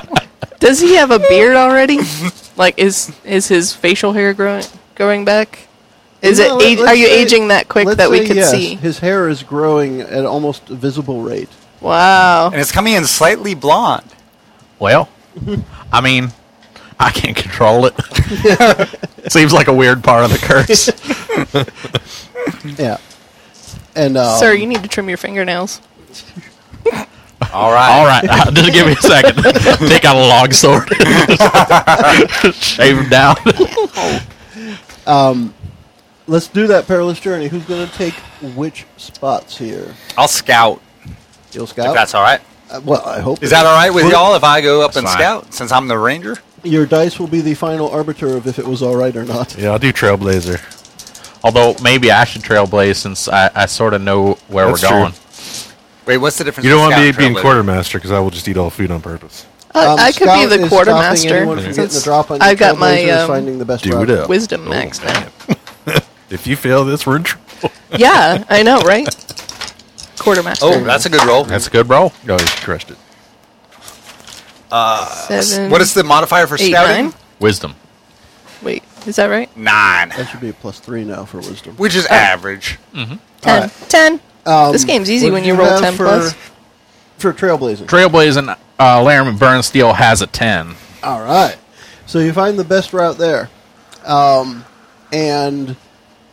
Speaker 5: Does he have a beard already? like, is is his facial hair growing growing back? Is
Speaker 2: No,
Speaker 5: it?
Speaker 2: let-
Speaker 5: Age,
Speaker 2: let's
Speaker 5: are you
Speaker 2: say-
Speaker 5: aging that quick
Speaker 2: let's
Speaker 5: that we
Speaker 2: say
Speaker 5: could
Speaker 2: yes,
Speaker 5: see?
Speaker 2: His hair is growing at almost a visible rate.
Speaker 5: wow.
Speaker 3: And it's coming in slightly blonde.
Speaker 6: Well, I mean, I can't control it. Seems like a weird part of the curse.
Speaker 2: Yeah. And uh,
Speaker 5: Mm-hmm. Sir, you need to trim your fingernails.
Speaker 3: All right.
Speaker 6: All right, uh, just give me a second. Take out a long sword, shave him down.
Speaker 2: let's do that perilous journey. Who's going to take which spots here?
Speaker 3: I'll scout.
Speaker 2: You'll
Speaker 3: If
Speaker 2: scout.
Speaker 3: that's all right.
Speaker 2: Uh, well, I hope
Speaker 3: Is that all right with
Speaker 2: Well,
Speaker 3: y'all if I go up and
Speaker 6: fine.
Speaker 3: scout since I'm the ranger?
Speaker 2: Your dice will be the final arbiter of if it was all right or not.
Speaker 4: Yeah, I'll do Trailblazer.
Speaker 6: Although maybe I should trailblaze since I, I sort of know where
Speaker 4: That's
Speaker 6: we're
Speaker 4: true.
Speaker 6: going.
Speaker 3: Wait, what's the difference?
Speaker 4: You don't want
Speaker 3: between
Speaker 4: me
Speaker 3: scout and
Speaker 4: being
Speaker 3: trailblazer?
Speaker 4: quartermaster because I will just eat all food on purpose.
Speaker 5: I,
Speaker 2: Um,
Speaker 5: Uh, I could be
Speaker 2: scout is stopping
Speaker 5: the
Speaker 2: anyone from
Speaker 5: quartermaster.
Speaker 2: getting the
Speaker 5: since
Speaker 2: drop on you.
Speaker 5: I've got
Speaker 2: Trailblazer
Speaker 5: my
Speaker 2: is
Speaker 5: um,
Speaker 2: finding the best
Speaker 4: Do
Speaker 2: route.
Speaker 4: it up.
Speaker 5: wisdom
Speaker 3: Oh,
Speaker 5: max now.
Speaker 4: If you fail this, we're in trouble.
Speaker 5: yeah, I know, right? Quartermaster.
Speaker 3: Oh, that's a good roll.
Speaker 6: That's a good roll.
Speaker 4: No, Oh, you crushed it.
Speaker 5: Seven,
Speaker 3: What is the modifier for
Speaker 5: eight,
Speaker 3: scouting?
Speaker 5: nine?
Speaker 6: Wisdom.
Speaker 5: Wait, is that right?
Speaker 3: Nine.
Speaker 2: That should be a plus three now for wisdom.
Speaker 3: Which is average.
Speaker 5: Ten. Ten. this game's easy
Speaker 2: Um, What
Speaker 5: when
Speaker 2: did
Speaker 5: you roll
Speaker 2: have
Speaker 5: ten
Speaker 2: for,
Speaker 5: plus.
Speaker 2: for trailblazing.
Speaker 6: Trailblazing. Uh, Laramie Burnsteel has a ten.
Speaker 2: All right. So you find the best route there. Um, and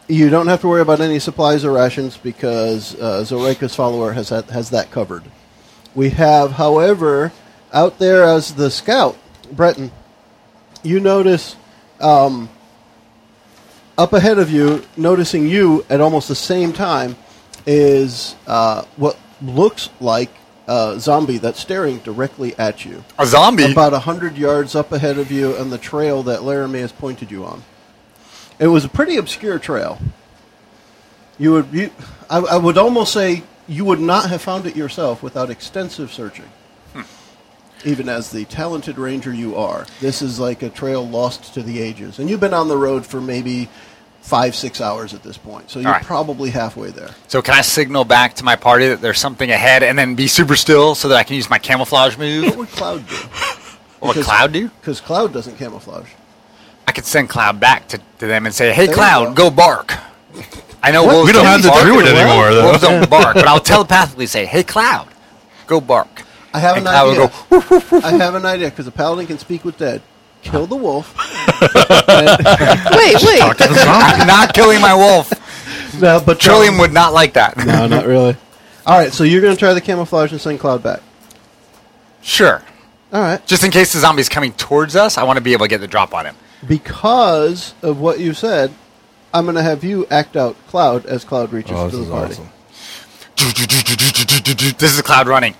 Speaker 2: You don't have to worry about any supplies or rations because uh, Zoraika's follower has that, has that covered. We have, however, out there as the scout, Breton, you notice um, up ahead of you, noticing you at almost the same time, is uh, what looks like a zombie that's staring directly at you.
Speaker 3: A zombie.
Speaker 2: About a hundred yards up ahead of you on the trail that Laramie has pointed you on. It was a pretty obscure trail. You would, you, I, I would almost say, you would not have found it yourself without extensive searching. Hmm. Even as the talented ranger you are, this is like a trail lost to the ages, and you've been on the road for maybe five, six hours at this point. So you're
Speaker 3: right.
Speaker 2: probably halfway there.
Speaker 3: so can I signal back to my party that there's something ahead, and then be super still so that I can use my camouflage
Speaker 2: What
Speaker 3: move?
Speaker 2: would Cloud do?
Speaker 3: What would Cloud do?
Speaker 2: Because Cloud doesn't camouflage.
Speaker 3: I could send Cloud back to, to them and say, "Hey,
Speaker 2: There you
Speaker 3: Cloud,
Speaker 2: go.
Speaker 3: go. bark." I know
Speaker 4: We
Speaker 3: wolves
Speaker 4: don't have the
Speaker 3: bark.
Speaker 4: druid anymore, though.
Speaker 3: Wolves don't bark, but I'll telepathically say, "Hey, Cloud, go bark."
Speaker 2: I have
Speaker 3: And
Speaker 2: an
Speaker 3: Cloud will
Speaker 2: idea.
Speaker 3: go,
Speaker 2: I have an idea because a paladin can speak with dead. Kill the wolf. And-
Speaker 5: Wait, wait.
Speaker 4: That's wrong.
Speaker 3: I'm not killing my wolf.
Speaker 2: no, but
Speaker 3: Trillium would not like that.
Speaker 2: No, not really. All right, so you're going to try the camouflage and send Cloud back.
Speaker 3: Sure.
Speaker 2: All right.
Speaker 3: Just in case the zombie's coming towards us, I want to be able to get the drop on him.
Speaker 2: Because of what you said, I'm going to have you act out Cloud as Cloud reaches
Speaker 4: Oh,
Speaker 2: to
Speaker 4: this
Speaker 2: the
Speaker 4: is
Speaker 2: party.
Speaker 4: awesome.
Speaker 3: This is Cloud running.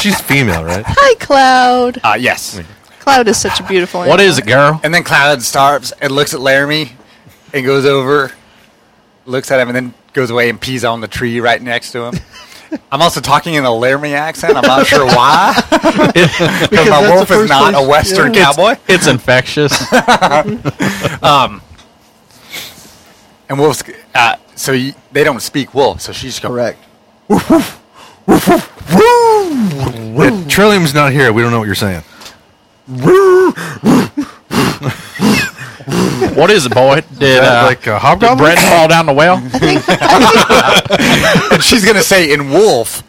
Speaker 4: She's female, right?
Speaker 5: Hi, Cloud.
Speaker 3: Uh, yes.
Speaker 5: Cloud is such a beautiful
Speaker 6: What
Speaker 5: animal.
Speaker 6: is it, girl?
Speaker 3: And then Cloud stops and looks at Laramie and goes over, looks at him, and then goes away and pees on the tree right next to him. I'm also talking in a Laramie accent. I'm not sure why. Because
Speaker 2: that's
Speaker 3: my
Speaker 2: the
Speaker 3: wolf is
Speaker 2: first
Speaker 3: not
Speaker 2: place-
Speaker 3: a Western
Speaker 6: It's-
Speaker 3: cowboy.
Speaker 6: It's infectious.
Speaker 3: And wolves, uh, so you, they don't speak wolf, so she's going,
Speaker 2: Correct.
Speaker 4: Yeah, Trillium's not here. We don't know what you're saying.
Speaker 6: what is it, boy? Did
Speaker 4: That
Speaker 6: uh,
Speaker 4: like a
Speaker 6: did
Speaker 4: hobgoblin?
Speaker 6: Brent fall down the well?
Speaker 3: and she's going to say in wolf,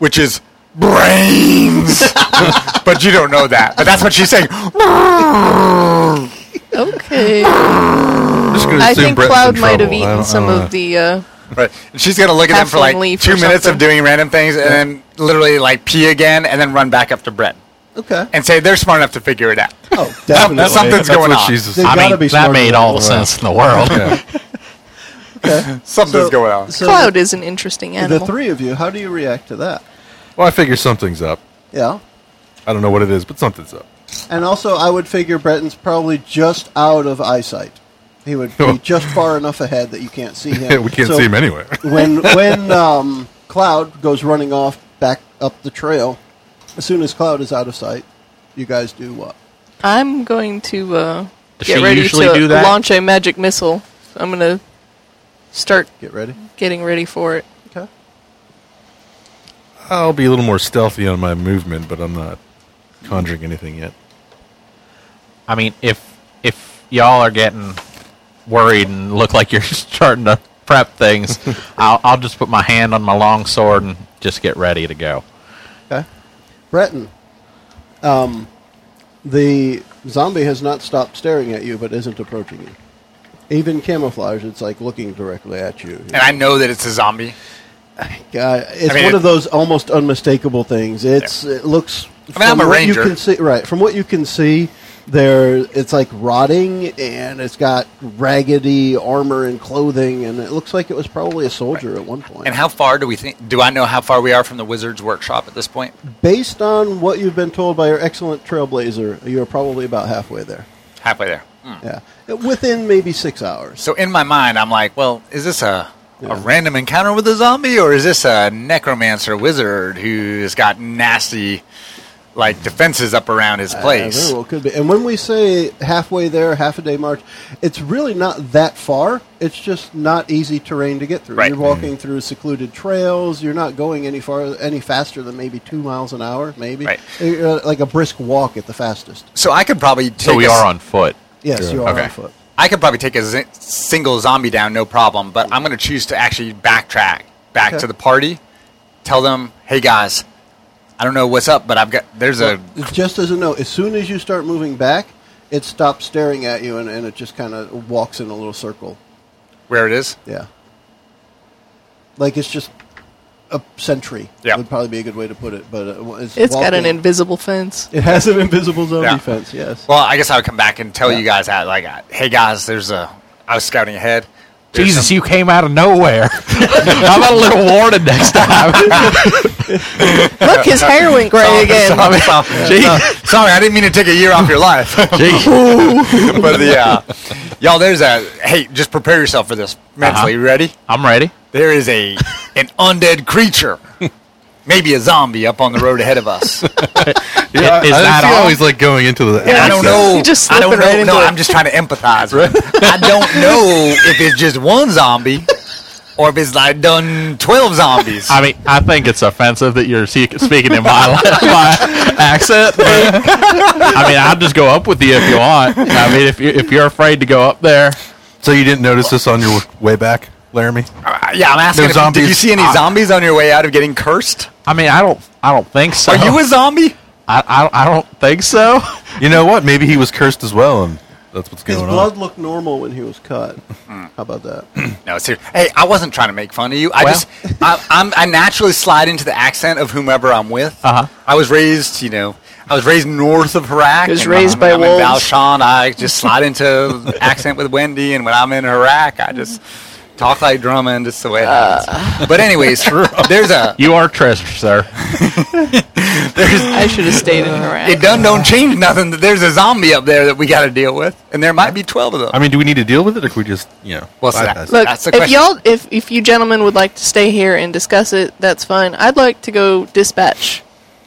Speaker 3: which is brains. but you don't know that. But that's what she's saying.
Speaker 5: Okay.
Speaker 4: I'm just gonna
Speaker 5: I
Speaker 4: assume
Speaker 5: think
Speaker 4: Brent's in
Speaker 5: Cloud might have
Speaker 4: trouble. I don't-
Speaker 5: eaten
Speaker 4: I
Speaker 5: some
Speaker 4: don't know.
Speaker 5: of the. Uh,
Speaker 3: Right. And she's gonna look at them for like
Speaker 5: Halfling leaf
Speaker 3: two
Speaker 5: or
Speaker 3: minutes of
Speaker 5: something.
Speaker 3: doing random things, and then literally like pee again, and then run back up to Brett
Speaker 2: Okay.
Speaker 3: and say they're smart enough to figure it out.
Speaker 2: Oh, definitely.
Speaker 3: That's something's
Speaker 4: That's
Speaker 3: going
Speaker 4: what
Speaker 3: on.
Speaker 4: she's
Speaker 2: They
Speaker 6: I
Speaker 2: gotta
Speaker 6: mean,
Speaker 2: be
Speaker 6: that
Speaker 2: smarter
Speaker 6: made
Speaker 2: than
Speaker 6: all the
Speaker 2: us.
Speaker 6: sense in the world.
Speaker 4: Yeah.
Speaker 3: Something's going on.
Speaker 2: So
Speaker 5: Cloud is an interesting
Speaker 2: the
Speaker 5: animal.
Speaker 2: three of you, how do you react to that?
Speaker 4: Well, I figure something's up.
Speaker 2: Yeah.
Speaker 4: I don't know what it is, but something's up.
Speaker 2: And also, I would figure Breton's probably just out of eyesight. He would be just far enough ahead that you can't see him.
Speaker 4: we can't
Speaker 2: So
Speaker 4: see him anywhere.
Speaker 2: when when um, Cloud goes running off back up the trail, as soon as Cloud is out of sight, you guys do what?
Speaker 5: I'm going to uh,
Speaker 6: Does
Speaker 5: get
Speaker 6: she
Speaker 5: ready
Speaker 6: usually
Speaker 5: to
Speaker 6: do that?
Speaker 5: launch a magic missile. I'm going to start
Speaker 2: Get ready.
Speaker 5: getting ready for it.
Speaker 2: Okay.
Speaker 4: I'll be a little more stealthy on my movement, but I'm not conjuring anything yet.
Speaker 6: I mean, if if y'all are getting worried and look like you're starting to prep things, I'll, I'll just put my hand on my long sword and just get ready to go.
Speaker 2: Okay. Breton, um, the zombie has not stopped staring at you, but isn't approaching you. Even camouflage, it's like looking directly at you.
Speaker 3: And I know that it's a zombie.
Speaker 2: God, Uh, it's
Speaker 3: I mean,
Speaker 2: one
Speaker 3: it-
Speaker 2: of those almost unmistakable things. It's it looks.
Speaker 3: I mean, I'm a
Speaker 2: what
Speaker 3: ranger.
Speaker 2: You can see, right from what you can see, there it's like rotting, and it's got raggedy armor and clothing, and it looks like it was probably a soldier at one point.
Speaker 3: And how far do we think? Do I know how far we are from the wizard's workshop at this point?
Speaker 2: Based on what you've been told by your excellent trailblazer, you're probably about halfway there.
Speaker 3: Halfway there. Hmm.
Speaker 2: Yeah, within maybe six hours.
Speaker 3: So in my mind, I'm like, well, is this a
Speaker 2: Yeah.
Speaker 3: a random encounter with a zombie, or is this a necromancer wizard who's got nasty, like defenses up around his
Speaker 2: Uh,
Speaker 3: place?
Speaker 2: very well could be. And when we say halfway there, half a day march, it's really not that far. It's just not easy terrain to get through.
Speaker 3: Right.
Speaker 2: You're walking through secluded trails. You're not going any far any faster than maybe two miles an hour, maybe
Speaker 3: Right.
Speaker 2: Uh, like a brisk walk at the fastest.
Speaker 3: So I could probably take
Speaker 6: So we
Speaker 3: a s-
Speaker 6: are on foot.
Speaker 2: Yes,
Speaker 4: Sure.
Speaker 2: you are
Speaker 3: Okay.
Speaker 2: on foot.
Speaker 3: I could probably take a z- single zombie down, no problem. But I'm going to choose to actually backtrack back
Speaker 2: Okay.
Speaker 3: to the party, tell them, "Hey guys, I don't know what's up, but I've got there's a
Speaker 2: Just as a note, as soon as you start moving back, it stops staring at you and, and it just kind of walks in a little circle.
Speaker 3: Where it is?
Speaker 2: Yeah. Like it's just a sentry.
Speaker 3: Yeah.
Speaker 2: Would probably be a good way to put it, but uh, it's,
Speaker 5: It's got an
Speaker 2: walking.
Speaker 5: invisible fence.
Speaker 2: It has an invisible zone
Speaker 3: Yeah.
Speaker 2: defense. Yes.
Speaker 3: Well, I guess I would come back and tell
Speaker 2: Yeah.
Speaker 3: you guys that, like, uh, hey guys, there's a. I was scouting ahead. There's
Speaker 7: Jesus,
Speaker 3: some-
Speaker 7: you came out of nowhere. How about a little warning next time?
Speaker 5: Look, his hair went gray again.
Speaker 3: Sorry, sorry, sorry, I didn't mean to take a year off your life. but yeah, y'all, there's a hey. Just prepare yourself for this
Speaker 7: Uh-huh.
Speaker 3: mentally. You ready?
Speaker 7: I'm ready.
Speaker 3: There is a an undead creature, maybe a zombie, up on the road ahead of us. And
Speaker 4: Yeah,
Speaker 7: is
Speaker 4: I, I
Speaker 7: that
Speaker 4: see
Speaker 7: all?
Speaker 4: how he's like going into the.
Speaker 3: I don't know.
Speaker 5: You just
Speaker 3: I don't
Speaker 5: slip it
Speaker 3: know.
Speaker 5: right into
Speaker 3: no,
Speaker 5: it.
Speaker 3: I'm just trying to empathize. with him. I don't know if it's just one zombie or if it's like done twelve zombies.
Speaker 6: I mean, I think it's offensive that you're se- speaking in my, my accent. but, I mean, I'll just go up with you if you want. I mean, if you if you're afraid to go up there,
Speaker 4: So you didn't notice this on your w- way back, Laramie?
Speaker 3: Uh, yeah, I'm asking.
Speaker 4: No
Speaker 3: if you- did you
Speaker 4: zombies.
Speaker 3: see any
Speaker 4: Ah.
Speaker 3: zombies on your way out of getting cursed?
Speaker 6: I mean, I don't I don't think so.
Speaker 3: Are you a zombie?
Speaker 6: I, I don't- I don't think so.
Speaker 4: You know what? Maybe he was cursed as well, and that's what's
Speaker 2: His
Speaker 4: going
Speaker 2: blood
Speaker 4: on.
Speaker 2: looked normal when he was cut.
Speaker 3: Hmm.
Speaker 2: How about that?
Speaker 3: No, seriously. Hey, I wasn't trying to make fun of you. I
Speaker 6: Well.
Speaker 3: just, I, I'm, I naturally slide into the accent of whomever I'm with.
Speaker 6: Uh-huh.
Speaker 3: I was raised, you know, I was raised north of Iraq.
Speaker 5: He was
Speaker 3: and
Speaker 5: raised
Speaker 3: I'm,
Speaker 5: by
Speaker 3: I'm
Speaker 5: wolves.
Speaker 3: In Valchon, I just slide into the accent with Wendy, and when I'm in Iraq, I just talk like Drummond. It's the way it
Speaker 5: Uh.
Speaker 3: happens. But anyways, there's a
Speaker 6: You are treasure, sir.
Speaker 5: I should have stayed in Iraq.
Speaker 3: it done don't change nothing that there's a zombie up there that we got to deal with, and there might be twelve of them.
Speaker 4: I mean, do we need to deal with it, or can we just, you know,
Speaker 3: What's that?
Speaker 4: bypass it?
Speaker 5: Look,
Speaker 3: That's the
Speaker 5: if
Speaker 3: question.
Speaker 5: y'all, if if you gentlemen would like to stay here and discuss it, that's fine. I'd like to go dispatch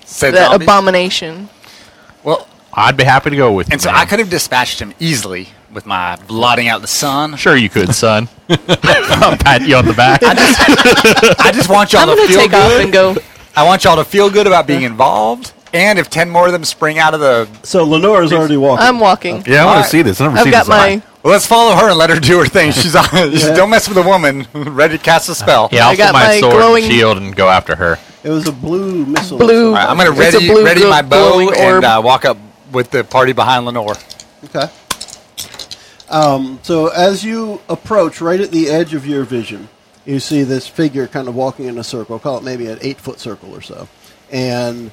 Speaker 3: Said
Speaker 5: that
Speaker 3: zombies.
Speaker 5: abomination.
Speaker 3: Well,
Speaker 6: I'd be happy to go with you.
Speaker 3: and so
Speaker 6: man.
Speaker 3: I could have dispatched him easily with my blotting out the sun.
Speaker 6: Sure, you could, son. I'll pat you on the back.
Speaker 3: I just want y'all
Speaker 5: I'm
Speaker 3: to
Speaker 5: gonna
Speaker 3: feel
Speaker 5: take
Speaker 3: good.
Speaker 5: off and go.
Speaker 3: I want y'all to feel good about being involved. And if 10 more of them spring out of the.
Speaker 2: So Lenore's already walking.
Speaker 5: I'm walking.
Speaker 4: Yeah, I want
Speaker 3: Alright.
Speaker 4: to see this. I've never
Speaker 5: I've
Speaker 4: seen
Speaker 5: got
Speaker 4: this.
Speaker 5: my.
Speaker 3: Well, let's follow her and let her do her thing. She's on. Don't mess with a woman ready to cast a spell.
Speaker 6: Yeah, I'll
Speaker 5: I
Speaker 6: put
Speaker 5: got
Speaker 6: my
Speaker 5: my
Speaker 6: sword
Speaker 5: glowing-
Speaker 6: and shield and go after her.
Speaker 2: it was a blue missile.
Speaker 5: Blue.
Speaker 3: All right, I'm going to
Speaker 5: It's a
Speaker 3: ready,
Speaker 5: blue
Speaker 3: ready
Speaker 5: glow-
Speaker 3: my bow
Speaker 5: glowing orb.
Speaker 3: and uh, walk up with the party behind Lenore.
Speaker 2: Okay. Um, so as you approach, right at the edge of your vision, you see this figure kind of walking in a circle. Call it maybe an eight-foot circle or so. And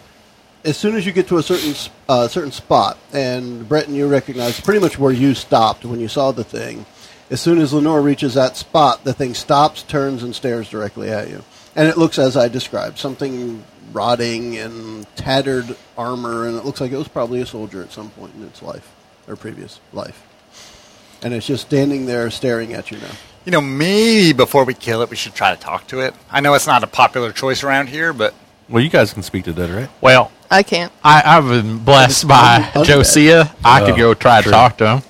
Speaker 2: as soon as you get to a certain s- uh, certain spot, and Breton, you recognize pretty much where you stopped when you saw the thing. As soon as Lenore reaches that spot, the thing stops, turns, and stares directly at you. And it looks as I described, something rotting and tattered armor, and it looks like it was probably a soldier at some point in its life or previous life. And it's just standing there staring at you now.
Speaker 3: You know, maybe before we kill it, we should try to talk to it. I know it's not a popular choice around here, but
Speaker 4: Well, you guys can speak to that, right?
Speaker 6: Well,
Speaker 5: I can't.
Speaker 6: I, I've been blessed by
Speaker 2: un- undead.
Speaker 6: Josiah. I
Speaker 4: Oh,
Speaker 6: could go try to
Speaker 4: true.
Speaker 6: talk to him.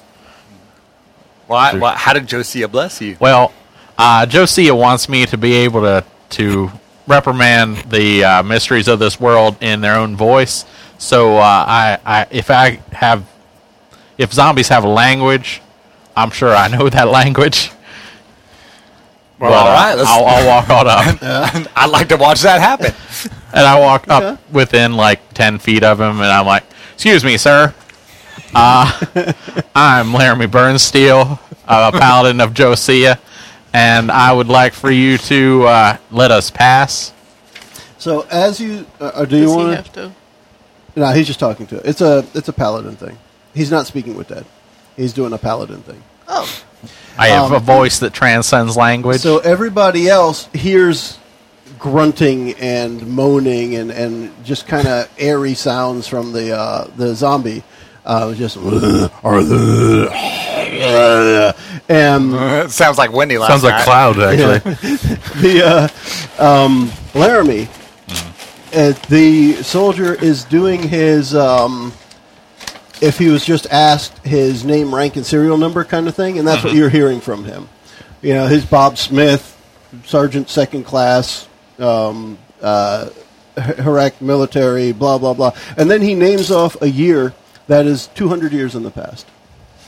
Speaker 3: why, why, how did Josiah bless you?
Speaker 6: Well, uh, Josiah wants me to be able to to reprimand the uh, mysteries of this world in their own voice. So uh, I, I, if I have, if zombies have a language, I'm sure I know that language.
Speaker 3: Well,
Speaker 6: But uh,
Speaker 3: all right, let's-
Speaker 6: I'll, I'll walk on up,
Speaker 3: I'd like to watch that happen.
Speaker 6: and I walk up
Speaker 2: Okay.
Speaker 6: within like ten feet of him, and I'm like, "Excuse me, sir. Uh, I'm Laramie Burnsteel, a paladin of Josiah, and I would like for you to uh, let us pass."
Speaker 2: So as you uh, uh, do you
Speaker 5: Does he
Speaker 2: want
Speaker 5: have to?
Speaker 2: to? No, he's just talking to it. It's a it's a paladin thing. He's not speaking with Dad. He's doing a paladin thing.
Speaker 5: Oh,
Speaker 6: I have
Speaker 2: Um,
Speaker 6: a voice that transcends language.
Speaker 2: So everybody else hears grunting and moaning and, and just kind of airy sounds from the uh, the zombie. Uh, just and
Speaker 3: It sounds like Wendy last
Speaker 4: Sounds like
Speaker 3: night.
Speaker 4: Cloud, actually.
Speaker 2: the uh, um, Laramie, uh, the soldier is doing his. Um, if he was just asked his name, rank, and serial number kind of thing, and that's
Speaker 6: Mm-hmm.
Speaker 2: what you're hearing from him. You know, his Bob Smith, Sergeant Second Class, um, uh, H- Iraq military, blah blah blah, and then he names off a year that is 200 years in the past.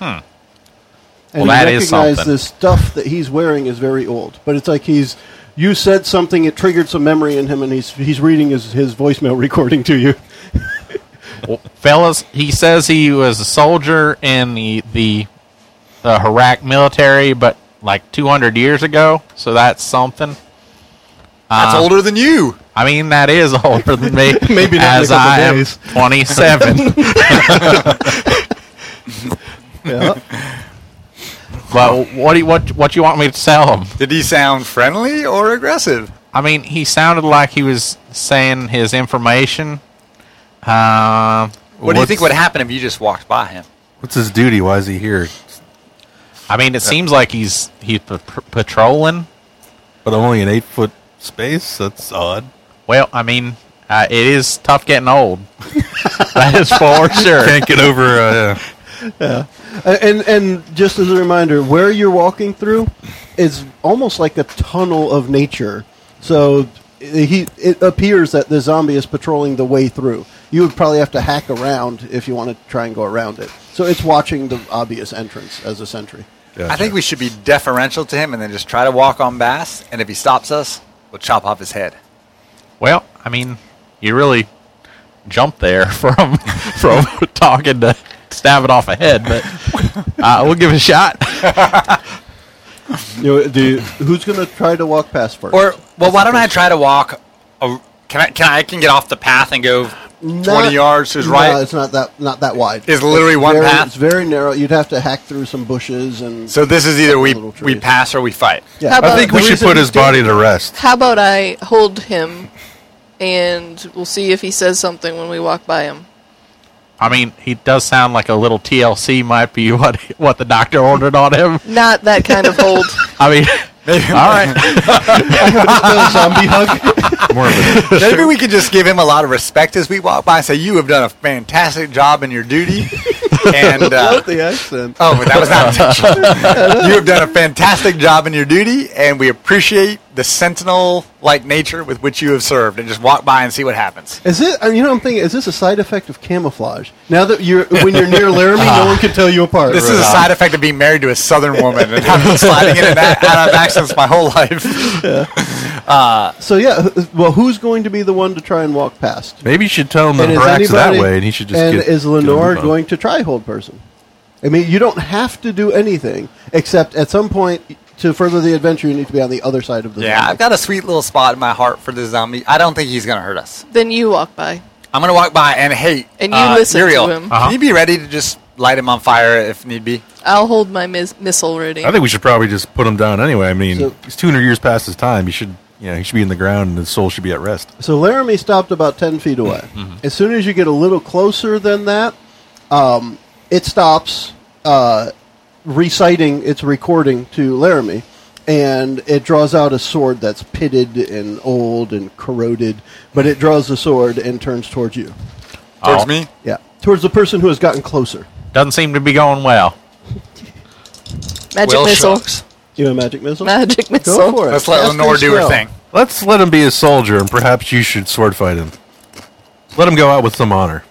Speaker 2: And
Speaker 6: Hmm. Well,
Speaker 2: I
Speaker 6: that is
Speaker 2: recognize
Speaker 6: something.
Speaker 2: the stuff that he's wearing is very old, but it's like he's. You said something; it triggered some memory in him, and he's he's reading his, his voicemail recording to you.
Speaker 6: Well, fellas, he says he was a soldier in the the the Iraq military, but like 200 years ago. So that's something.
Speaker 3: That's
Speaker 6: Uh,
Speaker 3: older than you.
Speaker 6: I mean, that is older than me.
Speaker 2: Maybe not in a
Speaker 6: as
Speaker 2: couple
Speaker 6: I am
Speaker 2: days.
Speaker 6: 27.
Speaker 2: Yeah.
Speaker 6: but what do you, what what you want me to tell him?
Speaker 3: Did he sound friendly or aggressive?
Speaker 6: I mean, he sounded like he was saying his information. Uh,
Speaker 3: What do you think would happen if you just walked by him?
Speaker 4: What's his duty? Why is he here?
Speaker 6: I mean, it seems like he's he's p- patrolling.
Speaker 4: But only an eight foot space? That's odd.
Speaker 6: Well, I mean, uh, it is tough getting old. that is for sure.
Speaker 4: Can't get over. Uh,
Speaker 2: Uh, And and just as a reminder, where you're walking through is almost like a tunnel of nature. So he it appears that the zombie is patrolling the way through. You would probably have to hack around if you want to try and go around it. So it's watching the obvious entrance as a sentry.
Speaker 3: I think we should be deferential to him and then just try to walk on bass. And if he stops us, we'll chop off his head.
Speaker 6: Well, I mean, you really jumped there from from talking to stabbing off a head, but uh, we'll give it a shot.
Speaker 2: You, do you- who's going to try to walk past first?
Speaker 3: Or well, why don't I try to walk? A, can I? Can I? I can get off the path and go
Speaker 2: Not-
Speaker 3: twenty yards to his
Speaker 2: No,
Speaker 3: right.
Speaker 2: it's not that not that wide.
Speaker 3: It's literally one
Speaker 2: very,
Speaker 3: path?
Speaker 2: It's very narrow. You'd have to hack through some bushes and.
Speaker 3: So this is either we
Speaker 2: Little trees.
Speaker 3: we pass or we fight.
Speaker 2: Yeah.
Speaker 5: How
Speaker 4: I
Speaker 5: about-
Speaker 4: think we
Speaker 5: The
Speaker 4: should
Speaker 5: reason
Speaker 4: put
Speaker 5: he's
Speaker 4: his body
Speaker 5: doing-
Speaker 4: to rest.
Speaker 5: How about I hold him, and we'll see if he says something when we walk by him.
Speaker 6: I mean, he does sound like a little TLC might be what what the doctor ordered on him.
Speaker 5: Not that kind of hold.
Speaker 6: I mean, all right,
Speaker 2: zombie hug.
Speaker 4: More of a-
Speaker 3: Maybe we could just give him a lot of respect as we walk by. and Say you have done a fantastic job in your duty, and uh,
Speaker 2: the accent.
Speaker 3: oh, but that was not intentional. you have done a fantastic job in your duty, and we appreciate the sentinel-like nature with which you have served. And just walk by and see what happens.
Speaker 2: Is it? uh, You know, I'm thinking. Is this a side effect of camouflage? Now that you're when you're near Laramie,
Speaker 4: Ah.
Speaker 2: no one can tell you apart.
Speaker 3: This is a side effect of being married to a Southern woman, and I've been sliding in and out out of accents my whole life.
Speaker 2: so yeah. wh- Well, who's going to be the one to try and walk past?
Speaker 4: Maybe you should tell him to
Speaker 2: And is
Speaker 4: relax that
Speaker 2: anybody-
Speaker 4: way, and he should just.
Speaker 2: and
Speaker 4: get,
Speaker 2: is
Speaker 4: get a move
Speaker 2: Lenore
Speaker 4: on.
Speaker 2: going to try hold person? I mean, you don't have to do anything except at some point to further the adventure. You need to be on the other side of the.
Speaker 3: Yeah,
Speaker 2: zombie.
Speaker 3: I've got a sweet little spot in my heart for the zombie. I don't think he's going to hurt us.
Speaker 5: then you walk by.
Speaker 3: I'm going to walk by and hey,
Speaker 5: And you
Speaker 3: uh,
Speaker 5: listen to
Speaker 3: Muriel,
Speaker 5: him.
Speaker 6: Uh-huh.
Speaker 3: Can you be ready to just light him on fire if need be?
Speaker 5: I'll hold my mis- missile ready.
Speaker 4: I think we should probably just put him down anyway. I mean,
Speaker 2: So-
Speaker 4: he's 200 years past his time. He should, you know, he should be in the ground, and his soul should be at rest.
Speaker 2: So Laramie stopped about ten feet away.
Speaker 4: Mm-hmm.
Speaker 2: As soon as you get a little closer than that, um, it stops uh, reciting its recording to Laramie, and it draws out a sword that's pitted and old and corroded. But it draws the sword and turns towards you.
Speaker 3: Towards
Speaker 6: Oh.
Speaker 3: me?
Speaker 2: Yeah, towards the person who has gotten closer.
Speaker 6: doesn't seem to be going well.
Speaker 5: Magic
Speaker 3: Well,
Speaker 5: missile.
Speaker 3: shucks.
Speaker 2: You have a magic missile.
Speaker 5: Magic missile.
Speaker 2: Go for it.
Speaker 3: Let's let
Speaker 2: Cast
Speaker 3: Lenore
Speaker 2: a
Speaker 3: do her
Speaker 2: spell.
Speaker 3: thing.
Speaker 4: Let's let him be a soldier, and perhaps you should sword fight him. Let him go out with some honor.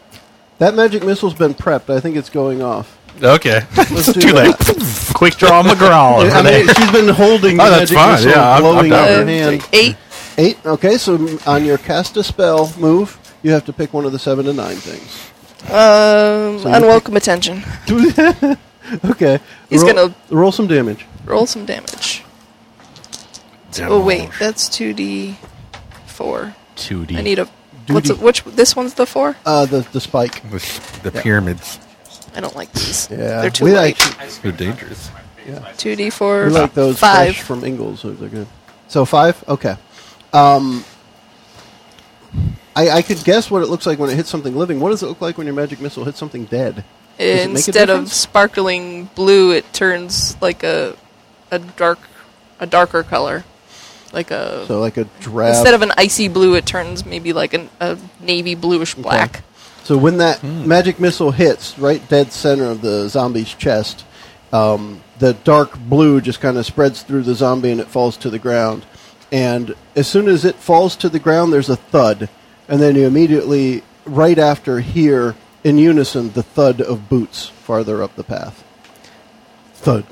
Speaker 2: That magic missile's been prepped. I think it's going off.
Speaker 4: Okay.
Speaker 2: Let's do
Speaker 4: Too late.
Speaker 2: that.
Speaker 6: Quick draw McGraw. over
Speaker 2: I
Speaker 6: there.
Speaker 2: mean, she's been holding the
Speaker 4: Oh, that's
Speaker 2: magic
Speaker 4: fine.
Speaker 2: missile,
Speaker 4: Yeah, I'm-
Speaker 2: blowing
Speaker 4: I'm
Speaker 2: out her
Speaker 4: down.
Speaker 2: hand.
Speaker 5: Um, Eight.
Speaker 2: Eight. Okay, so m- on your cast a spell move, you have to pick one of the seven to nine things.
Speaker 5: Um,
Speaker 2: So you
Speaker 5: unwelcome attention.
Speaker 2: Okay.
Speaker 5: He's
Speaker 2: roll,
Speaker 5: gonna-
Speaker 2: roll some damage.
Speaker 5: Roll some damage. Oh wait, that's two D four.
Speaker 6: 2D.
Speaker 2: E.
Speaker 5: I need a.
Speaker 2: Duty.
Speaker 5: What's a, which? This one's the four.
Speaker 2: Uh, the the spike.
Speaker 4: The, the pyramids.
Speaker 5: I don't like these.
Speaker 2: Yeah,
Speaker 5: they're too
Speaker 2: we
Speaker 5: light.
Speaker 2: like
Speaker 4: They're dangerous.
Speaker 5: Two D
Speaker 2: we
Speaker 5: four.
Speaker 2: like those
Speaker 5: five.
Speaker 2: fresh from Ingles. So they're good. So five. Okay. Um, I I could guess what it looks like when it hits something living. What does it look like when your magic missile hits something dead? Does it make a
Speaker 5: Instead of
Speaker 2: difference?
Speaker 5: sparkling blue, it turns like a a dark a darker color, like a.
Speaker 2: so like a drab.
Speaker 5: Instead of an icy blue, it turns maybe like an, a navy bluish black.
Speaker 2: So when that magic missile hits right dead center of the zombie's chest, um, the dark blue just kind of spreads through the zombie and it falls to the ground. And as soon as it falls to the ground, there's a thud, and then you immediately, right after, hear in unison the thud of boots farther up the path. Thud,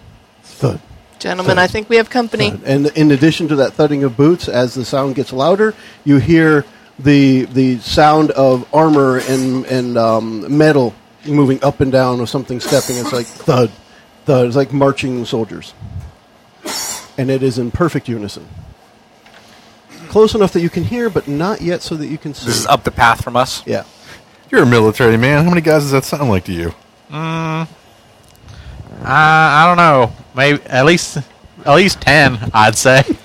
Speaker 2: thud,
Speaker 5: Gentlemen,
Speaker 2: Thud.
Speaker 5: I
Speaker 2: Uh,
Speaker 5: think we have company.
Speaker 2: thud. And in addition to that thudding of boots, as the sound gets louder, you hear the the sound of armor and and um, metal moving up and down or something stepping. It's like thud, thud. It's like marching soldiers, and it is in perfect unison. Close enough that you can hear, but not yet so that you can see.
Speaker 3: This is up the path from us.
Speaker 2: Yeah,
Speaker 4: You're a military man. How many guys does that sound like to you?
Speaker 7: Uh, I don't know. Maybe at least at least ten, I'd say.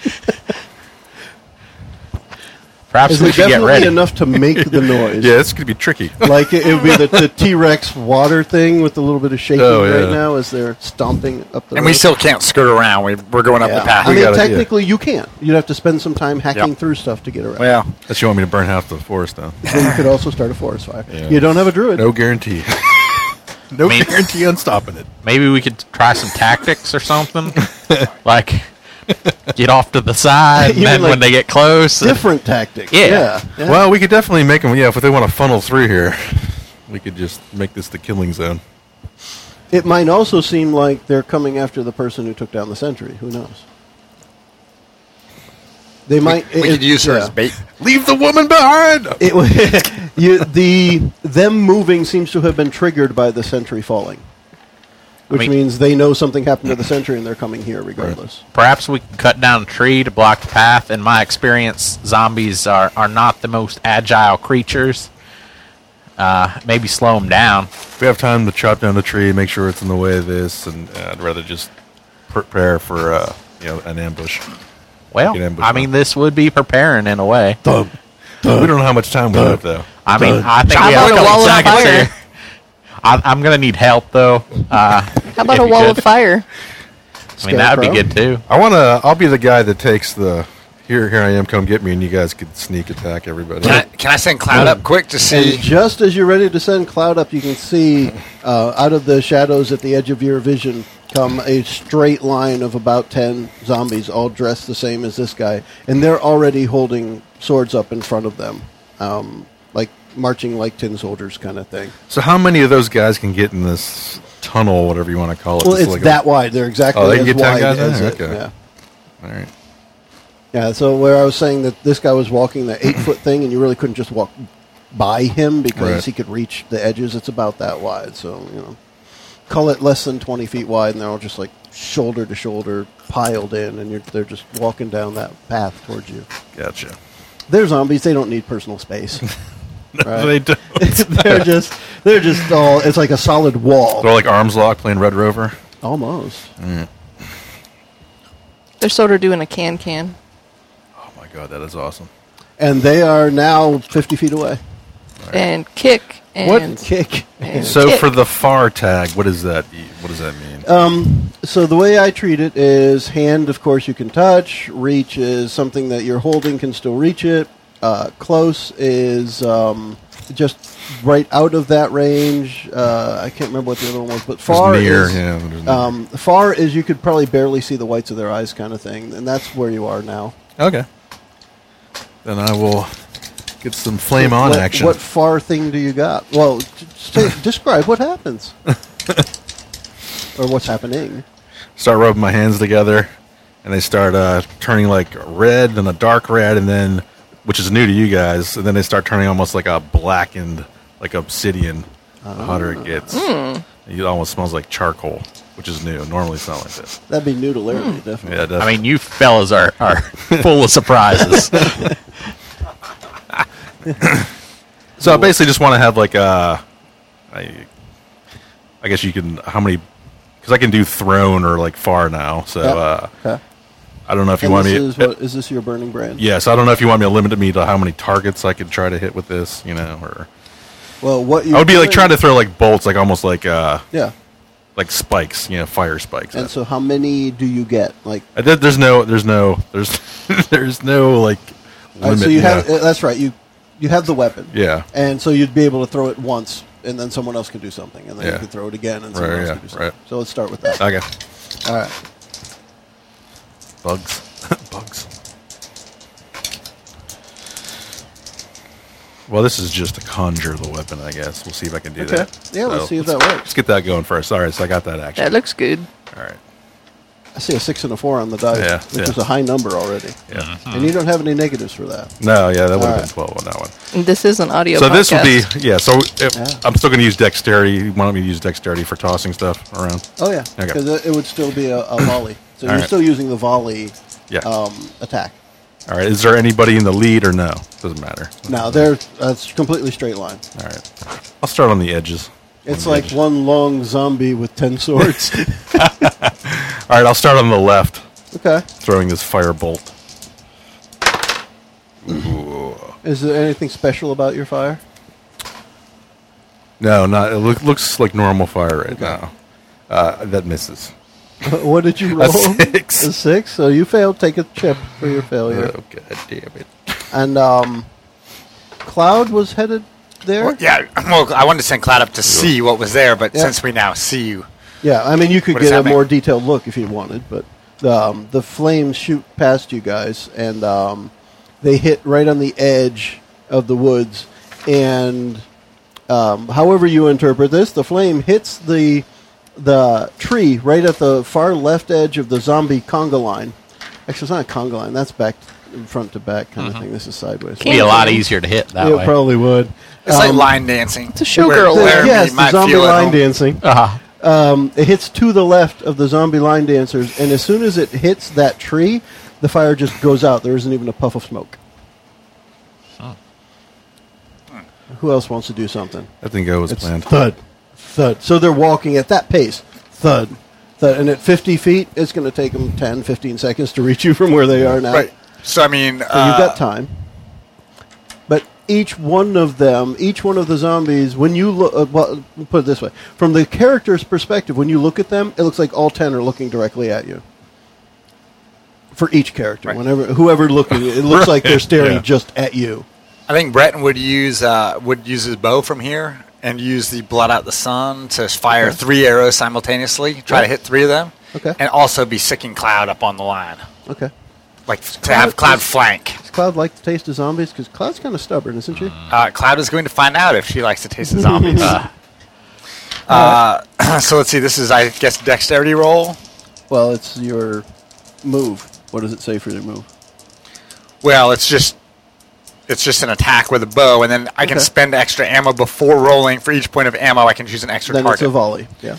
Speaker 7: Perhaps
Speaker 2: is
Speaker 7: we
Speaker 2: it
Speaker 7: should get
Speaker 2: definitely
Speaker 7: ready.
Speaker 2: enough to make the noise?
Speaker 4: Yeah, it's going to be tricky.
Speaker 2: like it, it would be the, the T-Rex water thing with a little bit of shaking
Speaker 4: Oh, yeah.
Speaker 2: right now as they're stomping up the.
Speaker 3: And we
Speaker 2: road.
Speaker 3: still can't skirt around. We, we're going up
Speaker 2: Yeah.
Speaker 3: the path.
Speaker 2: I mean,
Speaker 4: gotta- yeah.
Speaker 2: technically, you can. You'd have to spend some time hacking
Speaker 3: Yep.
Speaker 2: through stuff to get around.
Speaker 3: well,
Speaker 4: Unless you want me to burn half the forest down.
Speaker 2: Then you could also start a forest fire.
Speaker 4: Yeah.
Speaker 2: You don't have a druid.
Speaker 4: No guarantee. no
Speaker 7: Me-
Speaker 4: guarantee on stopping it.
Speaker 7: Maybe we could try some tactics or something. like get off to the side,
Speaker 2: You
Speaker 7: and then
Speaker 2: mean,
Speaker 7: when
Speaker 2: like,
Speaker 7: they get close, and-
Speaker 2: Different tactic.
Speaker 7: Yeah.
Speaker 2: yeah.
Speaker 4: Well, we could definitely make them. Yeah, if they want to funnel through here, we could just make this the killing zone.
Speaker 2: It might also seem like they're coming after the person who took down the sentry. Who knows? They might.
Speaker 3: we
Speaker 2: it-
Speaker 3: could use her
Speaker 2: yeah.
Speaker 3: as bait.
Speaker 4: Leave the woman behind.
Speaker 2: It wa- you, the them moving seems to have been triggered by the sentry falling, which
Speaker 7: mean-
Speaker 2: means they know something happened to the sentry and they're coming here regardless.
Speaker 7: Perhaps we can cut down a tree to block the path. In my experience, zombies are, are not the most agile creatures. Uh, maybe slow them down.
Speaker 4: We have time to chop down the tree, make sure it's in the way of this, and uh, I'd rather just prepare for uh, you know an ambush.
Speaker 7: Well,
Speaker 4: Get ambushed
Speaker 7: I mean, this would be preparing in a way.
Speaker 4: we don't know how much time we have though.
Speaker 7: I mean, I think we have a couple seconds here. I, I'm gonna need help though. Uh,
Speaker 5: How about
Speaker 7: if
Speaker 5: a
Speaker 7: you
Speaker 5: wall
Speaker 7: could.
Speaker 5: of fire?
Speaker 7: I mean, that'd be
Speaker 2: Scarecrow?
Speaker 7: good too.
Speaker 4: I want to. I'll be the guy that takes the here. Here I am. Come get me, and you guys could sneak attack everybody.
Speaker 3: Can I, can I send Cloud up quick to see?
Speaker 2: And just as you're ready to send Cloud up, you can see uh, out of the shadows at the edge of your vision come a straight line of about 10 zombies, all dressed the same as this guy. And they're already holding swords up in front of them, um, like marching like tin soldiers kind of thing.
Speaker 4: So how many of those guys can get in this tunnel, whatever you want to call it?
Speaker 2: Well,
Speaker 4: This is
Speaker 2: it's
Speaker 4: like a-
Speaker 2: that wide. They're exactly
Speaker 4: Oh, they
Speaker 2: as
Speaker 4: can get 10
Speaker 2: wide
Speaker 4: guys in
Speaker 2: as
Speaker 4: there?
Speaker 2: it.
Speaker 4: Okay.
Speaker 2: Yeah.
Speaker 4: all right.
Speaker 2: Yeah, so where I was saying that this guy was walking the eight foot thing, and you really couldn't just walk by him because
Speaker 4: Right.
Speaker 2: he could reach the edges. It's about that wide, so you know, call it less than twenty feet wide, and they're all just like shoulder to shoulder piled in, and you're, they're just walking down that path towards you.
Speaker 4: Gotcha.
Speaker 2: They're zombies; they don't need personal space. Right.
Speaker 4: They don't.
Speaker 2: they're just they're just all. It's like a solid wall,
Speaker 4: They're like arms locked playing Red Rover.
Speaker 2: almost.
Speaker 5: They're sort of doing a can can.
Speaker 4: Oh my god, that is awesome.
Speaker 2: And they are now fifty feet away.
Speaker 5: And kick and
Speaker 2: what kick?
Speaker 5: and
Speaker 4: So
Speaker 5: kick.
Speaker 4: for the far tag, what does that? e- What does that mean?
Speaker 2: Um, so the way I treat it is hand, of course, you can touch. Reach is something that you're holding can still reach it. Uh, close is um, just right out of that range. Uh, I can't remember what the other one was, but far
Speaker 4: near,
Speaker 2: is
Speaker 4: yeah, there's near.
Speaker 2: um, far is you could probably barely see the whites of their eyes, kind of thing, and that's where you are now.
Speaker 4: okay. Then I will get some flame on
Speaker 2: what,
Speaker 4: action.
Speaker 2: What far thing do you got? Well, t- say, describe what happens, or what's happening.
Speaker 4: start rubbing my hands together, and they start uh, turning like red, then a dark red, and then which is new to you guys, and then they start turning almost like a blackened, like obsidian. The hotter it gets,
Speaker 2: Ah. Hmm.
Speaker 4: it almost smells like charcoal, which is new. Normally, it's not like this.
Speaker 2: That'd be new to Larry, definitely.
Speaker 4: Hmm. Yeah, it does.
Speaker 7: I mean, you fellas are, are full of surprises.
Speaker 4: So I basically just want to have like a, I, I guess you can how many, because I can do throne or like far now. So
Speaker 2: Yeah.
Speaker 4: uh,
Speaker 2: Okay.
Speaker 4: I don't know if you
Speaker 2: And
Speaker 4: want
Speaker 2: this
Speaker 4: me. uh,
Speaker 2: is, what, is this your burning brand?
Speaker 4: yes, I don't know if you want me to limit me to how many targets I could try to hit with this. You know, or
Speaker 2: Well, what you
Speaker 4: I would be like trying to throw like bolts, like almost like uh
Speaker 2: Yeah.
Speaker 4: like spikes, you know, fire spikes.
Speaker 2: And so, how many do you get? Like,
Speaker 4: I did, there's no, there's no, there's, there's no like
Speaker 2: all right,
Speaker 4: limit.
Speaker 2: so you
Speaker 4: yeah.
Speaker 2: have. uh, That's right. You you have the weapon.
Speaker 4: Yeah.
Speaker 2: And so you'd be able to throw it once, and then someone else can do something, and then
Speaker 4: Yeah.
Speaker 2: you can throw it again, and someone
Speaker 4: Right,
Speaker 2: else
Speaker 4: yeah,
Speaker 2: can do something.
Speaker 4: right.
Speaker 2: So let's start with that.
Speaker 4: okay.
Speaker 2: All right.
Speaker 4: Bugs. Bugs. Well, this is just to conjure the weapon, I guess. We'll see if I can do
Speaker 2: Okay.
Speaker 4: that.
Speaker 2: Yeah, let's see if that works.
Speaker 4: Let's get that going first. All right, so I got that action.
Speaker 5: that looks good.
Speaker 4: All right.
Speaker 2: I see a six and a four on the die,
Speaker 4: Yeah,
Speaker 2: which
Speaker 4: yeah.
Speaker 2: is a high number already.
Speaker 4: Yeah.
Speaker 2: And you don't have any negatives for that.
Speaker 4: No, yeah, that would have
Speaker 2: right.
Speaker 4: been 12 on that one.
Speaker 5: And this is an audio.
Speaker 4: so this would be,
Speaker 5: podcast.
Speaker 4: yeah, so if,
Speaker 2: Yeah.
Speaker 4: I'm still going to use dexterity. You want me to use dexterity for tossing stuff around?
Speaker 2: Oh yeah,
Speaker 4: Okay.
Speaker 2: because it, it would still be a, a volley. So
Speaker 4: All
Speaker 2: you're
Speaker 4: right.
Speaker 2: still using the volley
Speaker 4: Yeah.
Speaker 2: um, attack.
Speaker 4: All right. Is there anybody in the lead or no? Doesn't matter.
Speaker 2: Now they're that's completely straight line.
Speaker 4: All right. I'll start on the edges.
Speaker 2: It's
Speaker 4: On the
Speaker 2: like
Speaker 4: edges.
Speaker 2: one long zombie with ten swords.
Speaker 4: All right, I'll start on the left,
Speaker 2: okay.
Speaker 4: throwing this fire bolt.
Speaker 2: Is there anything special about your fire?
Speaker 4: No, not it look, looks like normal fire right now. Uh, that misses.
Speaker 2: what did you roll?
Speaker 4: six.
Speaker 2: A six. So you failed. Take a chip for your failure.
Speaker 4: Oh god damn it!
Speaker 2: And um, Cloud was headed there.
Speaker 3: Well, yeah, well, I wanted to send Cloud up to see what was there, but
Speaker 2: Yeah.
Speaker 3: since we now see you,
Speaker 2: Yeah, I mean, you could
Speaker 3: What does
Speaker 2: get a
Speaker 3: that mean?
Speaker 2: more detailed look if you wanted, but um, the flames shoot past you guys, and um, they hit right on the edge of the woods. And um, however you interpret this, the flame hits the the tree right at the far left edge of the zombie conga line. Actually, it's not a conga line; that's back front to back kind
Speaker 3: Mm-hmm.
Speaker 2: of thing. This is sideways.
Speaker 7: It'd be a lot easier to hit that
Speaker 2: it
Speaker 7: way.
Speaker 2: probably would.
Speaker 3: it's like
Speaker 2: Um,
Speaker 3: line dancing. It's
Speaker 5: a showgirl
Speaker 2: the-
Speaker 5: Where
Speaker 2: yes, the zombie line dancing.
Speaker 7: Uh-huh.
Speaker 2: Um, it hits to the left of the zombie line dancers, and as soon as it hits that tree, the fire just goes out. There isn't even a puff of smoke. Who else wants to do something?
Speaker 4: I think I was
Speaker 2: It's
Speaker 4: planned.
Speaker 2: thud, thud. So they're walking at that pace, thud, thud. And at 50 feet, it's going to take them 10, 15 seconds to reach you from where they are now.
Speaker 3: Right. So I mean,
Speaker 2: So you've
Speaker 3: uh,
Speaker 2: got time. But each one of them, each one of the zombies, when you look, uh, well, we'll put it this way: from the character's perspective, when you look at them, it looks like all ten are looking directly at you. For each character,
Speaker 3: Right.
Speaker 2: whenever whoever looking, it looks like they're staring
Speaker 4: yeah.
Speaker 2: just at you.
Speaker 3: I think Breton would use uh, would use his bow from here and use the blood out the sun to fire three arrows simultaneously. Try to hit three of them.
Speaker 2: Okay.
Speaker 3: And also be sicking Cloud up on the line,
Speaker 2: Okay,
Speaker 3: like to have Cloud flank.
Speaker 2: does Cloud like the taste of zombies? Because Cloud's kind of stubborn, isn't she?
Speaker 3: Uh, Cloud is going to find out if she likes to taste the zombies. uh, so let's see. This is, I guess, dexterity roll.
Speaker 2: Well, it's your move. What does it say for your move?
Speaker 3: Well, it's just it's just an attack with a bow, and then I can
Speaker 2: Okay.
Speaker 3: spend extra ammo before rolling. For each point of ammo, I can choose an extra
Speaker 2: Then
Speaker 3: target.
Speaker 2: it's a volley. Yeah.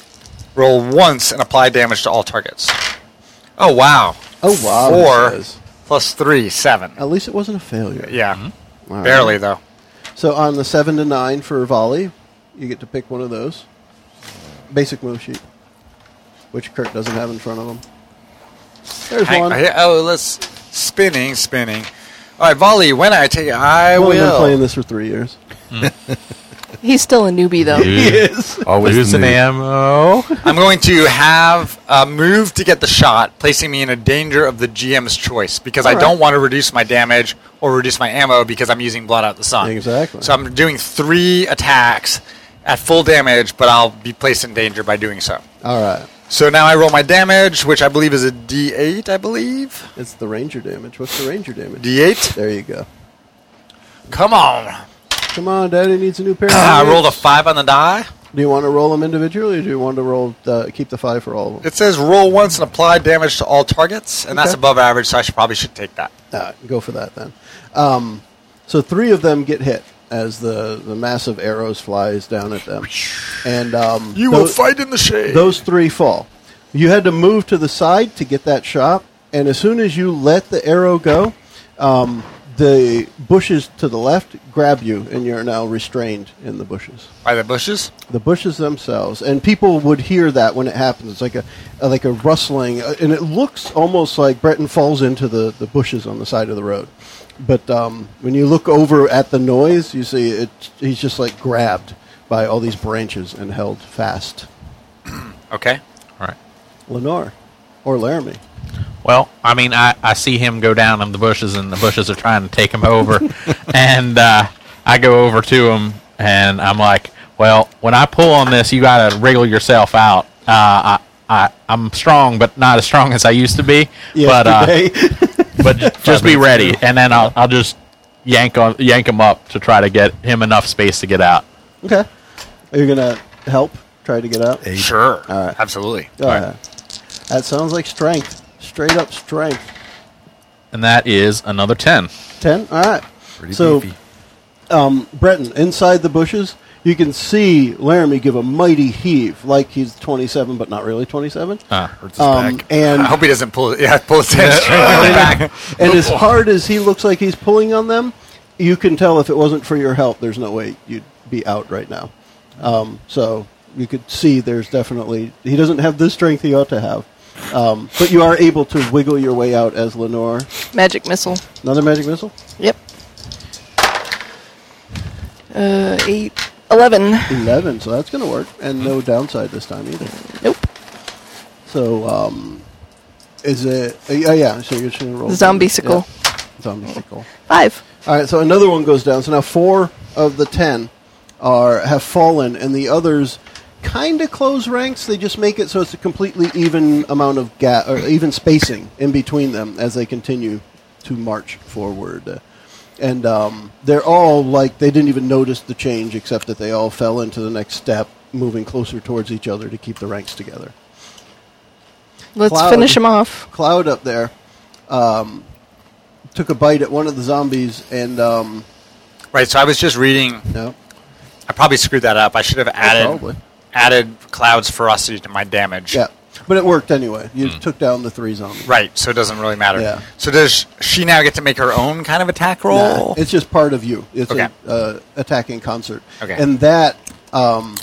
Speaker 3: Roll once and apply damage to all targets. Oh wow!
Speaker 2: Oh, wow, it
Speaker 3: Four
Speaker 2: says.
Speaker 3: plus three, seven.
Speaker 2: At least it wasn't a failure.
Speaker 3: Yeah,
Speaker 2: Oh. Mm-hmm. All right.
Speaker 3: barely though.
Speaker 2: So on the seven to nine for volley, you get to pick one of those. Basic move sheet, which Kurt doesn't have in front of him. There's
Speaker 3: Hang-
Speaker 2: one.
Speaker 3: I- oh, let's spinning, spinning. All right, volley. When I take, I
Speaker 2: I've only been playing
Speaker 3: will.
Speaker 2: this for three years.
Speaker 5: He's still a newbie though.
Speaker 2: Yes.
Speaker 4: Always the
Speaker 7: Losing
Speaker 4: new-
Speaker 7: ammo.
Speaker 3: I'm going to have a move to get the shot, placing me in a danger of the GM's choice because I
Speaker 2: All right.
Speaker 3: don't want to reduce my damage or reduce my ammo because I'm using blood out the sun.
Speaker 2: Exactly.
Speaker 3: So I'm doing three attacks at full damage, but I'll be placed in danger by doing so.
Speaker 2: All right.
Speaker 3: So now I roll my damage, which I believe is a D8, I believe.
Speaker 2: It's the ranger damage. What's the ranger damage?
Speaker 3: D8?
Speaker 2: there you go.
Speaker 3: Come on.
Speaker 2: Come on, Daddy needs a new pair. of
Speaker 3: Ah, I rolled a
Speaker 2: hands.
Speaker 3: 5 on the die.
Speaker 2: Do you want to roll them individually, or do you want to roll the, keep the five for all of them?
Speaker 3: It says roll once and apply damage to all targets, and that's
Speaker 2: Okay.
Speaker 3: above average, so I should probably should take that.
Speaker 2: Uh, go for that then. Um, so three of them get hit as the, the massive arrows flies down at them, and um,
Speaker 3: You
Speaker 2: tho-
Speaker 3: will fight in the shade.
Speaker 2: those three fall. You had to move to the side to get that shot, and as soon as you let the arrow go, um, the bushes to the left grab you, and you're now restrained in the bushes.
Speaker 3: By the bushes?
Speaker 2: The bushes themselves, and people would hear that when it happens. It's like a, a like a rustling, uh, and it looks almost like Breton falls into the, the bushes on the side of the road. But um, when you look over at the noise, you see it. He's just like grabbed by all these branches and held fast.
Speaker 3: Okay.
Speaker 7: All right.
Speaker 2: Lenore or Laramie.
Speaker 7: Well, I mean, I, I see him go down in the bushes, and the bushes are trying to take him over. and uh, I go over to him, and I'm like, "Well, when I pull on this, you gotta wriggle yourself out. Uh, I, I I'm strong, but not as strong as I used to be.
Speaker 2: E
Speaker 7: but uh, but j- just be ready, and then I'll I'll just yank on yank him up to try to get him enough space to get out.
Speaker 2: okay. Are you gonna help? Try to get out.
Speaker 3: Sure. Absolutely.
Speaker 2: All right. That sounds like strength. Straight up strength.
Speaker 7: and that is another ten.
Speaker 2: 10? All right.
Speaker 4: Pretty
Speaker 2: so,
Speaker 4: beefy.
Speaker 2: um, Breton, inside the bushes, you can see Laramie give a mighty heave, like he's 27, but not really 27.
Speaker 6: Uh,
Speaker 7: Ah,
Speaker 4: Hurts his
Speaker 2: Um,
Speaker 4: back.
Speaker 2: and
Speaker 3: I hope he doesn't pull. Yeah, pull his hamstring back.
Speaker 2: and as hard as he looks like he's pulling on them, you can tell if it wasn't for your help, there's no way you'd be out right now. Um, so you could see there's definitely he doesn't have the strength he ought to have, um, but you are able to wiggle your way out as Lenore.
Speaker 5: Magic missile.
Speaker 2: Another magic missile,
Speaker 5: Yep. Uh, eight, eleven.
Speaker 2: eleven, so that's going to work, and no downside this time either.
Speaker 5: Nope.
Speaker 2: So um, is it? Uh, yeah, yeah. So you're just going to roll
Speaker 5: Zombie-sicle.
Speaker 2: Yeah, zombie-sicle.
Speaker 5: Five.
Speaker 2: All right, so another one goes down. So now four of the ten are have fallen, and the others kind of close ranks. They just make it so it's a completely even amount of gap or even spacing in between them as they continue to march forward. And um, they're all like they didn't even notice the change, except that they all fell into the next step, moving closer towards each other to keep the ranks together.
Speaker 5: Let's
Speaker 2: Cloud.
Speaker 5: finish him off.
Speaker 2: Cloud up there um, took a bite at one of the zombies, and um,
Speaker 3: Right. So I was just reading.
Speaker 2: no.
Speaker 3: I probably screwed that up. I should have added
Speaker 2: probably.
Speaker 3: added Cloud's ferocity to my damage.
Speaker 2: Yeah, but it worked anyway. You took down the three zombies.
Speaker 3: Hmm. Right. So it doesn't really matter.
Speaker 2: Yeah.
Speaker 3: So does she now get to make her own kind of attack roll?
Speaker 2: Nah, it's just part of you. It's
Speaker 3: Okay.
Speaker 2: a uh, attacking concert.
Speaker 3: Okay.
Speaker 2: And that, um,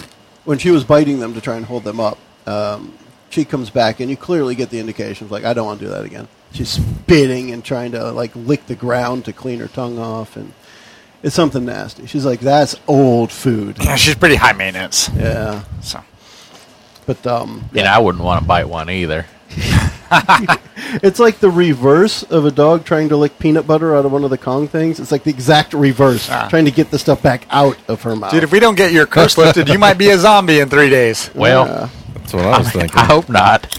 Speaker 2: when she was biting them to try and hold them up, um, she comes back, and you clearly get the indications like, "I don't want to do that again." She's spitting and trying to like lick the ground to clean her tongue off, and it's something nasty. She's like, "That's old food."
Speaker 3: Yeah, she's pretty high maintenance.
Speaker 2: yeah,
Speaker 3: So
Speaker 2: but um,
Speaker 7: And I wouldn't want to bite one either.
Speaker 2: It's like the reverse of a dog trying to lick peanut butter out of one of the Kong things. It's like the exact reverse,
Speaker 3: Ah.
Speaker 2: trying to get the stuff back out of her mouth.
Speaker 3: Dude, if we don't get your curse lifted, you might be a zombie in three days.
Speaker 7: Well,
Speaker 2: Yeah.
Speaker 4: That's what I was thinking.
Speaker 7: I hope not.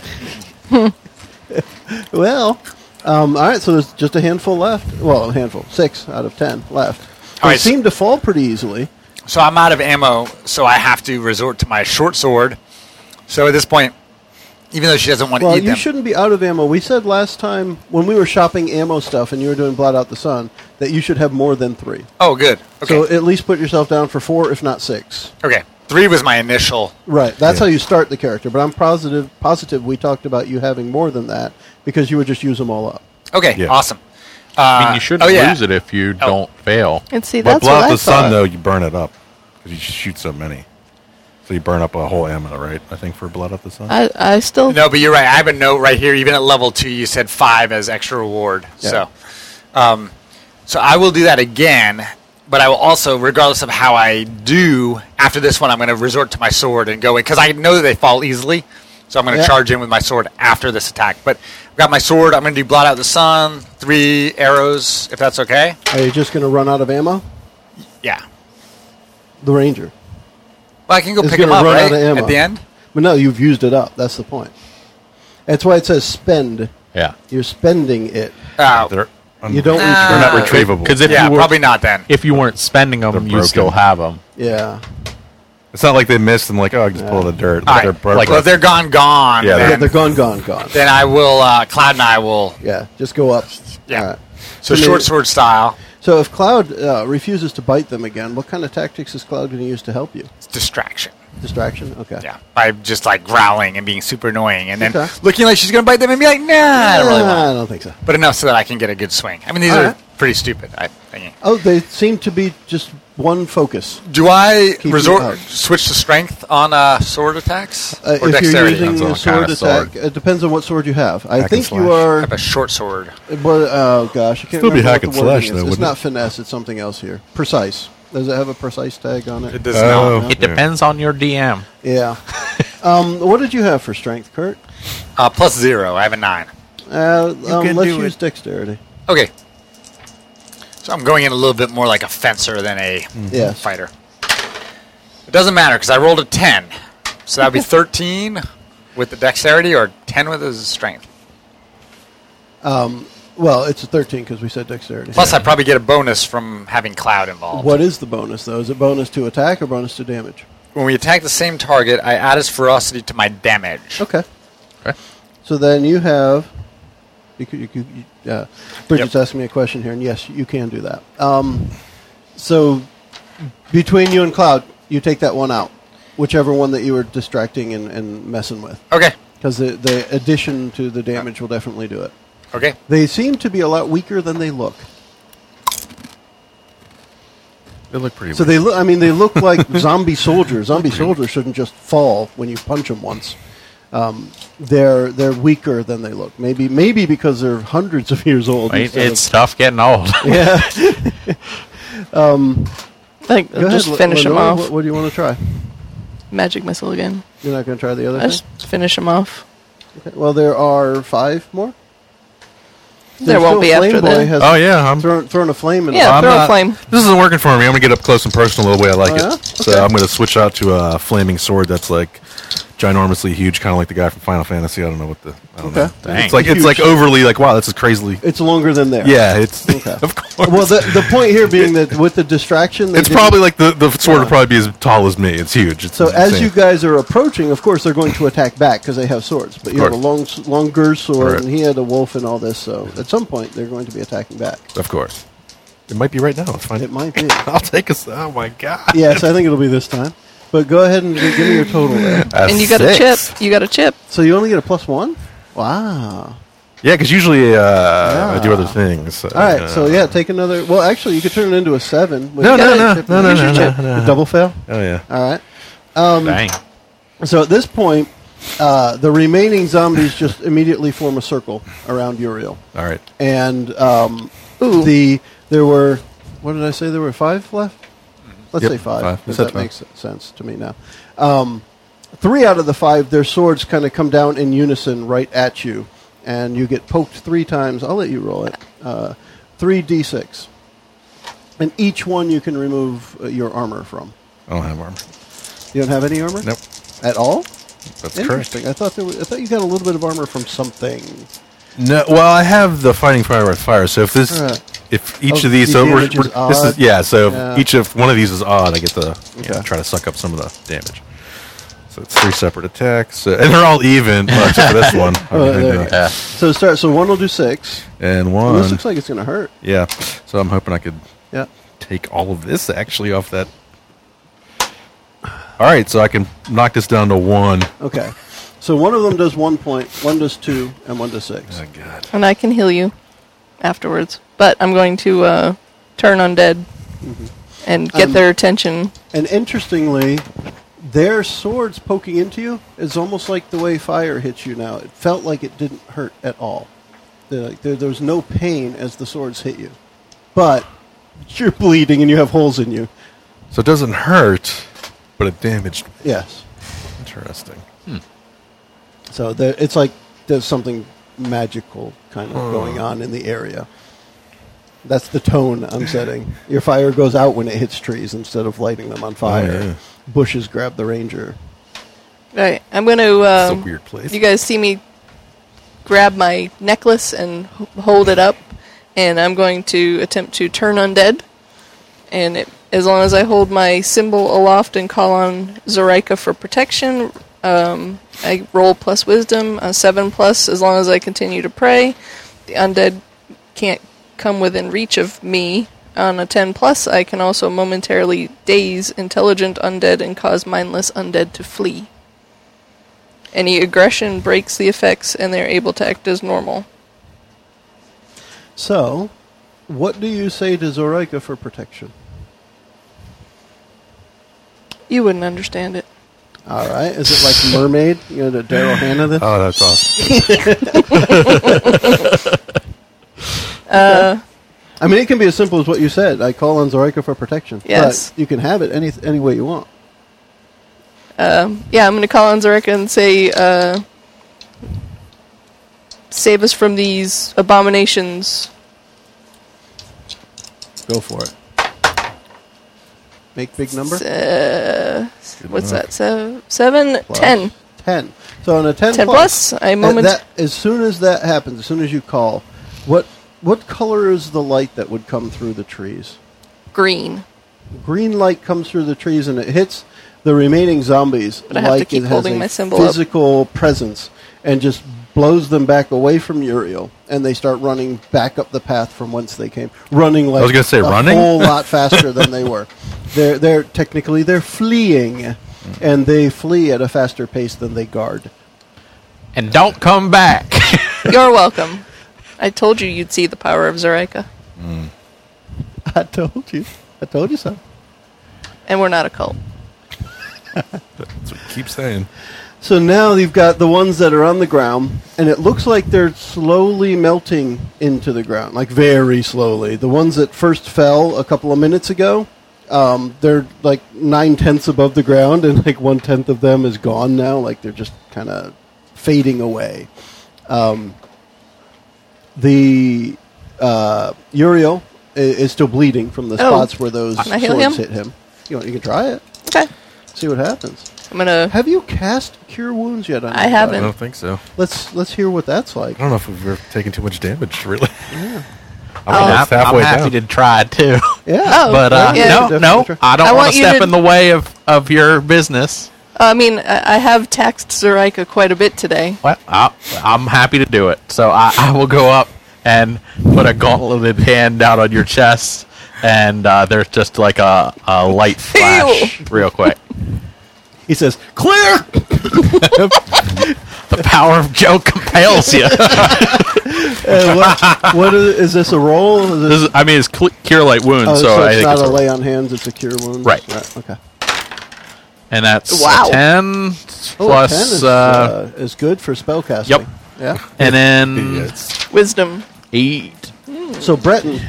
Speaker 2: well, um, all right. So there's just a handful left. Well, a handful, six out of ten left.
Speaker 3: All
Speaker 2: They
Speaker 3: right, so-
Speaker 2: seem to fall pretty easily.
Speaker 3: So I'm out of ammo, so I have to resort to my short sword. So at this point, even though she doesn't want
Speaker 2: Well,
Speaker 3: to eat
Speaker 2: you
Speaker 3: them,
Speaker 2: shouldn't be out of ammo. We said last time when we were shopping ammo stuff and you were doing Blot Out the Sun that you should have more than three.
Speaker 3: oh, good. Okay,
Speaker 2: So at least put yourself down for four, if not six.
Speaker 3: okay. Three was my initial.
Speaker 2: Right. That's
Speaker 4: Yeah.
Speaker 2: how you start the character. But I'm positive positive we talked about you having more than that because you would just use them all up.
Speaker 3: Okay,
Speaker 4: Yeah.
Speaker 3: awesome.
Speaker 7: I
Speaker 3: Uh,
Speaker 7: mean, you shouldn't
Speaker 3: oh, yeah.
Speaker 7: lose it if you don't fail.
Speaker 5: And see,
Speaker 4: But
Speaker 5: that's what
Speaker 4: blow out
Speaker 5: I
Speaker 4: the
Speaker 5: thought.
Speaker 4: sun, though, you burn it up because you shoot so many. So you burn up a whole ammo, right? I think for blood up the sun.
Speaker 5: I, I still.
Speaker 3: No, but you're right. I have a note right here. Even at level two, you said five as extra reward.
Speaker 2: Yeah.
Speaker 3: So, um, so I will do that again. But I will also, regardless of how I do after this one, I'm going to resort to my sword and go in because I know that they fall easily. So I'm going to
Speaker 2: Yeah.
Speaker 3: charge in with my sword after this attack. But I've got my sword. I'm going to do blot out the sun, three arrows, if that's okay.
Speaker 2: Are you just going to run out of ammo?
Speaker 3: Yeah.
Speaker 2: The ranger.
Speaker 3: Well, I can go
Speaker 2: It's
Speaker 3: pick them
Speaker 2: gonna
Speaker 3: up
Speaker 2: run out
Speaker 3: right
Speaker 2: of ammo.
Speaker 3: at the end.
Speaker 2: But no, you've used it up. That's the point. That's why it says spend.
Speaker 7: Yeah.
Speaker 2: You're spending it.
Speaker 3: Oh,
Speaker 4: They're un-
Speaker 2: You don't.
Speaker 3: Ah.
Speaker 4: they're not
Speaker 3: Uh,
Speaker 4: retrievable.
Speaker 7: Because if
Speaker 3: yeah,
Speaker 7: you were,
Speaker 3: probably not then.
Speaker 7: if you weren't spending
Speaker 4: They're
Speaker 7: them, you
Speaker 4: broken.
Speaker 7: still have them.
Speaker 2: yeah.
Speaker 4: it's not like they missed and like oh, I can just pull the dirt.
Speaker 3: All
Speaker 4: Like,
Speaker 3: right.
Speaker 4: they're
Speaker 3: well, if they're gone, gone.
Speaker 4: Yeah,
Speaker 2: Yeah,
Speaker 3: then,
Speaker 2: they're gone, gone, gone.
Speaker 3: then I will. Uh, Cloud and I will.
Speaker 2: Yeah. Just go up.
Speaker 3: Yeah.
Speaker 2: All right.
Speaker 3: So
Speaker 2: So
Speaker 3: short
Speaker 2: they-
Speaker 3: sword style,
Speaker 2: So if Cloud uh, refuses to bite them again, what kind of tactics is Cloud going to use to help you?
Speaker 3: it's distraction.
Speaker 2: Distraction. Okay.
Speaker 3: Yeah, by just like growling and being super annoying, and then
Speaker 2: Okay.
Speaker 3: looking like she's gonna bite them and be like, "Nah, I don't really
Speaker 2: Ah,
Speaker 3: want."
Speaker 2: I don't think so.
Speaker 3: But enough so that I can get a good swing. I mean, these
Speaker 2: All
Speaker 3: are
Speaker 2: right.
Speaker 3: pretty stupid. I think.
Speaker 2: Oh, they seem to be just one focus.
Speaker 3: Do I
Speaker 2: you
Speaker 3: resort
Speaker 2: out.
Speaker 3: switch to strength on uh, sword attacks
Speaker 2: Uh,
Speaker 3: or
Speaker 2: if you're
Speaker 3: dexterity?
Speaker 2: using
Speaker 7: Depends on
Speaker 2: the
Speaker 7: what kind
Speaker 2: sword
Speaker 7: of sword.
Speaker 2: attack, it depends on what sword you have. I
Speaker 4: Hack and
Speaker 2: think you
Speaker 4: slash.
Speaker 3: I
Speaker 2: are.
Speaker 3: have a short sword.
Speaker 2: Well, oh gosh, I can't
Speaker 4: Still be
Speaker 2: remember
Speaker 4: hack
Speaker 2: what
Speaker 4: and
Speaker 2: the wording
Speaker 4: slash,
Speaker 2: is.
Speaker 4: though,
Speaker 2: It's
Speaker 4: wouldn't
Speaker 2: not
Speaker 4: it?
Speaker 2: finesse. It's something else here. Precise. Does it have a precise tag on it?
Speaker 3: It does
Speaker 4: Oh.
Speaker 3: not.
Speaker 7: It
Speaker 4: Yeah.
Speaker 7: depends on your DM.
Speaker 2: Yeah. um, what did you have for strength, Kurt?
Speaker 3: Uh, plus zero. I have a nine.
Speaker 2: Uh, um,
Speaker 4: can
Speaker 2: let's
Speaker 4: do
Speaker 2: use
Speaker 4: it.
Speaker 2: dexterity.
Speaker 3: Okay. So I'm going in a little bit more like a fencer than a
Speaker 2: Yes.
Speaker 3: fighter. It doesn't matter because I rolled a 10. So that would be 13 with the dexterity or 10 with his strength.
Speaker 2: Well, it's a thirteen because we said dexterity.
Speaker 3: Plus, I probably get a bonus from having Cloud involved.
Speaker 2: what is the bonus though? Is it bonus to attack or bonus to damage?
Speaker 3: When we attack the same target, I add his ferocity to my damage.
Speaker 2: Okay. So then you have. You could, you could, you, uh, Bridget's asking me a question here, and yes, you can do that. Um, so between you and Cloud, you take that one out, whichever one that you were distracting and, and messing with,
Speaker 3: Okay.
Speaker 2: because the, the addition to the damage will definitely do it.
Speaker 3: Okay.
Speaker 2: They seem to be a lot weaker than they look.
Speaker 4: They look pretty.
Speaker 2: So they look. I mean, they look like zombie soldiers. Zombie soldiers shouldn't just fall when you punch them once. Um, they're they're weaker than they look. Maybe maybe because they're hundreds of years old.
Speaker 7: It,
Speaker 2: instead of-
Speaker 7: it's tough getting old.
Speaker 2: yeah.
Speaker 5: I think
Speaker 2: Go ahead,
Speaker 5: just
Speaker 2: Le-
Speaker 5: finish them
Speaker 2: Lenore,
Speaker 5: off.
Speaker 2: What, what do you want to try?
Speaker 5: Magic missile again.
Speaker 2: You're not going to try the other
Speaker 5: I just finish them off.
Speaker 2: thing. Well, there are five more.
Speaker 5: There won't be after
Speaker 2: Boy
Speaker 5: that.
Speaker 2: has
Speaker 4: oh yeah, I'm.
Speaker 2: thrown, thrown a flame in.
Speaker 5: Yeah,
Speaker 2: the-
Speaker 5: throw a
Speaker 4: not-
Speaker 5: flame.
Speaker 4: This isn't working for me. I'm gonna get up close and personal the way I
Speaker 2: Oh,
Speaker 4: like it.
Speaker 2: yeah?
Speaker 4: So I'm gonna switch out to a flaming sword that's like ginormously huge, kind of like the guy from Final Fantasy. I don't know what the. I don't
Speaker 2: Okay.
Speaker 4: know.
Speaker 7: Dang.
Speaker 4: It's like it's like overly like wow, this is crazily.
Speaker 2: It's longer than there.
Speaker 4: Yeah, it's
Speaker 2: Okay.
Speaker 4: of course.
Speaker 2: Well, the, the point here being that with the distraction, they
Speaker 4: it's
Speaker 2: didn't-
Speaker 4: probably like the the sword would probably be as tall as me. It's huge. It's
Speaker 2: So as
Speaker 4: insane.
Speaker 2: you guys are approaching, of course they're going to attack back because they have swords. But you have a long, longer sword,
Speaker 4: Correct.
Speaker 2: and he had a wolf and all this. So at some point they're going to be attacking back.
Speaker 4: of course, it might be right now. It's fine.
Speaker 2: It might be.
Speaker 4: I'll take us. Oh my god.
Speaker 2: yes, I think it'll be this time. But go ahead and gi- give me your total there.
Speaker 4: A
Speaker 5: and you got a
Speaker 4: six.
Speaker 5: chip. You got a chip.
Speaker 2: So you only get a plus one. Wow.
Speaker 4: Yeah, because usually uh, I do other things.
Speaker 2: All right. so yeah, take another. Well, actually, you could turn it into a seven. with-
Speaker 4: No,
Speaker 2: Got
Speaker 4: no,
Speaker 2: it.
Speaker 4: no,
Speaker 2: Chip-
Speaker 4: no, no,
Speaker 2: use your
Speaker 4: no,
Speaker 2: chip.
Speaker 4: no, no.
Speaker 2: The double fail.
Speaker 4: Oh yeah.
Speaker 2: All right.
Speaker 4: Um,
Speaker 7: Dang.
Speaker 2: So at this point, uh, the remaining zombies just immediately form a circle around Uriel.
Speaker 4: All right.
Speaker 2: and um, the there were what did I say? There were five left. Let's
Speaker 4: Yep,
Speaker 2: say five
Speaker 4: five. You
Speaker 2: because
Speaker 4: said
Speaker 2: that
Speaker 4: five.
Speaker 2: makes sense to me now. Um, three out of the five, their swords kind of come down in unison right at you, and you get poked three times. I'll let you roll it. Uh, three d six, and each one you can remove uh, your armor from.
Speaker 4: I don't have armor.
Speaker 2: You don't have any armor.
Speaker 4: Nope.
Speaker 2: At all.
Speaker 4: That's correct.
Speaker 2: Interesting. I thought there was, I thought you got a little bit of armor from something.
Speaker 4: No, well, I have the fighting fire with fire. So if this,
Speaker 2: Alright.
Speaker 4: if each
Speaker 2: Oh,
Speaker 4: of these,
Speaker 2: the
Speaker 4: so we're,
Speaker 2: damage
Speaker 4: we're-
Speaker 2: is
Speaker 4: this
Speaker 2: odd.
Speaker 4: is yeah. So if
Speaker 2: Yeah.
Speaker 4: each of one of these is odd. I get the yeah,
Speaker 2: Okay.
Speaker 4: try to suck up some of the damage. So it's three separate attacks, so, and they're all even well, except for this one.
Speaker 2: Oh, there you go.
Speaker 7: Yeah.
Speaker 2: So start. So one will do six.
Speaker 4: And
Speaker 2: And This
Speaker 4: one,
Speaker 2: looks like it's going to hurt.
Speaker 4: yeah. So I'm hoping I could
Speaker 2: Yeah.
Speaker 4: take all of this actually off that. All right, so I can knock this down to one. Oh,
Speaker 2: Okay. So one of them does one point, one does two, and one does six.
Speaker 4: Oh God.
Speaker 5: And I can heal you afterwards. But I'm going to uh, turn undead and get
Speaker 2: Um,
Speaker 5: their attention.
Speaker 2: And interestingly, their swords poking into you is almost like the way fire hits you now. It felt like it didn't hurt at all. They're Like, there, there was no pain as the swords hit you. But you're bleeding and you have holes in you.
Speaker 4: So it doesn't hurt, but it damaged. me.
Speaker 2: Yes.
Speaker 4: Interesting.
Speaker 2: So there, it's like there's something magical kind of going on in the area. That's the tone I'm setting. Your fire goes out when it hits trees instead of lighting them on fire.
Speaker 4: yeah.
Speaker 2: Bushes grab the ranger.
Speaker 5: Right. I'm going to.
Speaker 4: It's
Speaker 5: Um,
Speaker 4: a weird place.
Speaker 5: You guys see me grab my necklace and h- hold it up, and I'm going to attempt to turn undead. And it, as long as I hold my symbol aloft and call on Zoraika for protection, um, I roll plus wisdom, a seven plus. As long as I continue to pray, the undead can't come within reach of me. On a ten plus, I can also momentarily daze intelligent undead and cause mindless undead to flee. Any aggression breaks the effects, and they're able to act as normal.
Speaker 2: So, what do you say to Zoraika for protection?
Speaker 5: You wouldn't understand it.
Speaker 2: All right. Is it like mermaid? You know, the Daryl Hannah this?
Speaker 4: Oh, that's awesome.
Speaker 2: I mean, it can be as simple as what you said. I call on Zoraika for protection.
Speaker 5: Yes.
Speaker 2: But you can have it any, any way you want.
Speaker 5: Yeah, I'm going to call on Zareka and say, uh, "Save us from these abominations."
Speaker 2: Go for it. Make big number.
Speaker 5: What's that? So seven,
Speaker 2: Plus
Speaker 5: ten.
Speaker 2: Ten. So on a ten,
Speaker 5: 10 plus, I
Speaker 2: uh,
Speaker 5: moment-
Speaker 2: that- as soon as that happens, as soon as you call, what what color is the light that would come through the trees?
Speaker 5: Green.
Speaker 2: Green light comes through the trees and it hits the remaining zombies
Speaker 5: I have to
Speaker 2: like
Speaker 5: keep
Speaker 2: it has
Speaker 5: holding
Speaker 2: a
Speaker 5: my symbol up.
Speaker 2: physical presence and just blows them back away from Uriel, and they start running back up the path from whence they came. Running like
Speaker 4: was gonna say
Speaker 2: a
Speaker 4: running?
Speaker 2: whole lot faster than they were. They're they're technically they're fleeing, and they flee at a faster pace than they guard.
Speaker 6: And don't come back.
Speaker 5: You're welcome. I told you you'd see the power of Zoraika.
Speaker 2: I told you, I told you so.
Speaker 5: And we're not a cult.
Speaker 4: That's what you keep saying.
Speaker 2: So now you've got the ones that are on the ground, and it looks like they're slowly melting into the ground, like very slowly. The ones that first fell a couple of minutes ago, um, they're like nine tenths above the ground, and like one tenth of them is gone now. Like they're just kind of fading away. Um, the uh, Uriel i- is still bleeding from the
Speaker 5: Oh.
Speaker 2: spots where those
Speaker 5: Can I
Speaker 2: swords
Speaker 5: heal him?
Speaker 2: hit him. You, know, you can try it,
Speaker 5: Okay.
Speaker 2: see what happens.
Speaker 5: I'm gonna.
Speaker 2: Have you cast Cure Wounds yet? On
Speaker 5: I
Speaker 2: anybody?
Speaker 5: haven't.
Speaker 4: I don't think so.
Speaker 2: Let's let's hear what that's like.
Speaker 4: I don't know if we've ever taken too much damage, really. I'm,
Speaker 5: Oh.
Speaker 4: almost halfway
Speaker 6: I'm happy
Speaker 4: down.
Speaker 6: to try too.
Speaker 2: Yeah.
Speaker 5: Oh,
Speaker 6: But uh,
Speaker 5: yeah.
Speaker 6: no, no,
Speaker 2: Definitely.
Speaker 6: I
Speaker 5: I
Speaker 6: don't want
Speaker 5: want
Speaker 6: to
Speaker 5: you
Speaker 6: step
Speaker 5: to-
Speaker 6: in the way of, of your business.
Speaker 5: I mean, I I have taxed Zoraika quite a bit today.
Speaker 6: Well, I, I'm happy to do it. So I, I will go up and put a gauntleted hand down on your chest, and uh, there's just like a, a light flash real quick.
Speaker 2: He says, "Clear."
Speaker 6: The power of Joe compels you.
Speaker 2: Uh, what, what is, is this a roll? Is this-
Speaker 6: This is- I mean, it's cl- cure light wounds,
Speaker 2: oh,
Speaker 6: so, I
Speaker 2: it's
Speaker 6: think
Speaker 2: not
Speaker 6: it's
Speaker 2: a
Speaker 6: a-
Speaker 2: lay on hands; it's a cure wound.
Speaker 6: Right.
Speaker 2: okay.
Speaker 6: and that's
Speaker 5: Wow.
Speaker 6: a ten
Speaker 2: Oh, a
Speaker 6: plus,
Speaker 2: 10 is,
Speaker 6: uh,
Speaker 2: uh, is good for spellcasting.
Speaker 6: Yep.
Speaker 2: Yeah.
Speaker 6: and
Speaker 4: Yeah,
Speaker 6: then
Speaker 4: it's-
Speaker 5: Wisdom.
Speaker 6: eight.
Speaker 2: So Breton,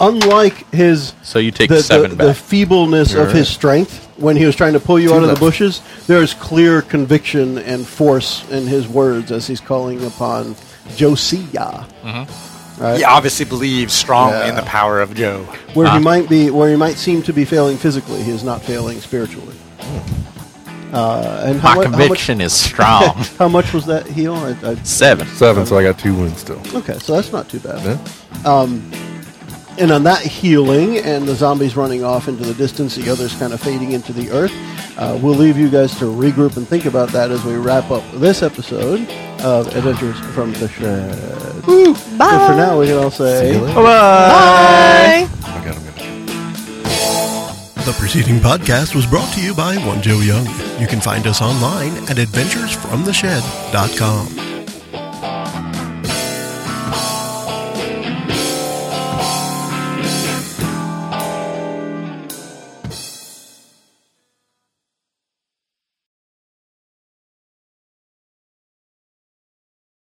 Speaker 2: unlike his
Speaker 6: So you take
Speaker 2: the,
Speaker 6: seven
Speaker 2: the,
Speaker 6: back.
Speaker 2: the feebleness of his strength when he was trying to pull you out of the bushes, there is clear conviction and force in his words as he's calling upon Josiah. Right?
Speaker 3: He obviously believes strongly in
Speaker 2: Yeah.
Speaker 3: the power of Joe.
Speaker 2: Where
Speaker 6: Ah.
Speaker 2: he might be, where he might seem to be failing physically, he is not failing spiritually. Uh, and how,
Speaker 6: My
Speaker 2: mu- how
Speaker 6: conviction is strong.
Speaker 2: Much, how much was that heal? I, I,
Speaker 6: Seven.
Speaker 4: seven, so I got two wounds still.
Speaker 2: okay, so that's not too bad.
Speaker 4: Yeah.
Speaker 2: And on that healing, and the zombies running off into the distance, the others kind of fading into the earth. Uh, we'll leave you guys to regroup and think about that as we wrap up this episode of Adventures from the Shred. But for
Speaker 5: Bye.
Speaker 2: now, we can all say.
Speaker 4: See you later.
Speaker 5: Bye.
Speaker 4: I got him good.
Speaker 8: The preceding podcast was brought to you by One Joe Young. You can find us online at adventuresfromtheshed.com.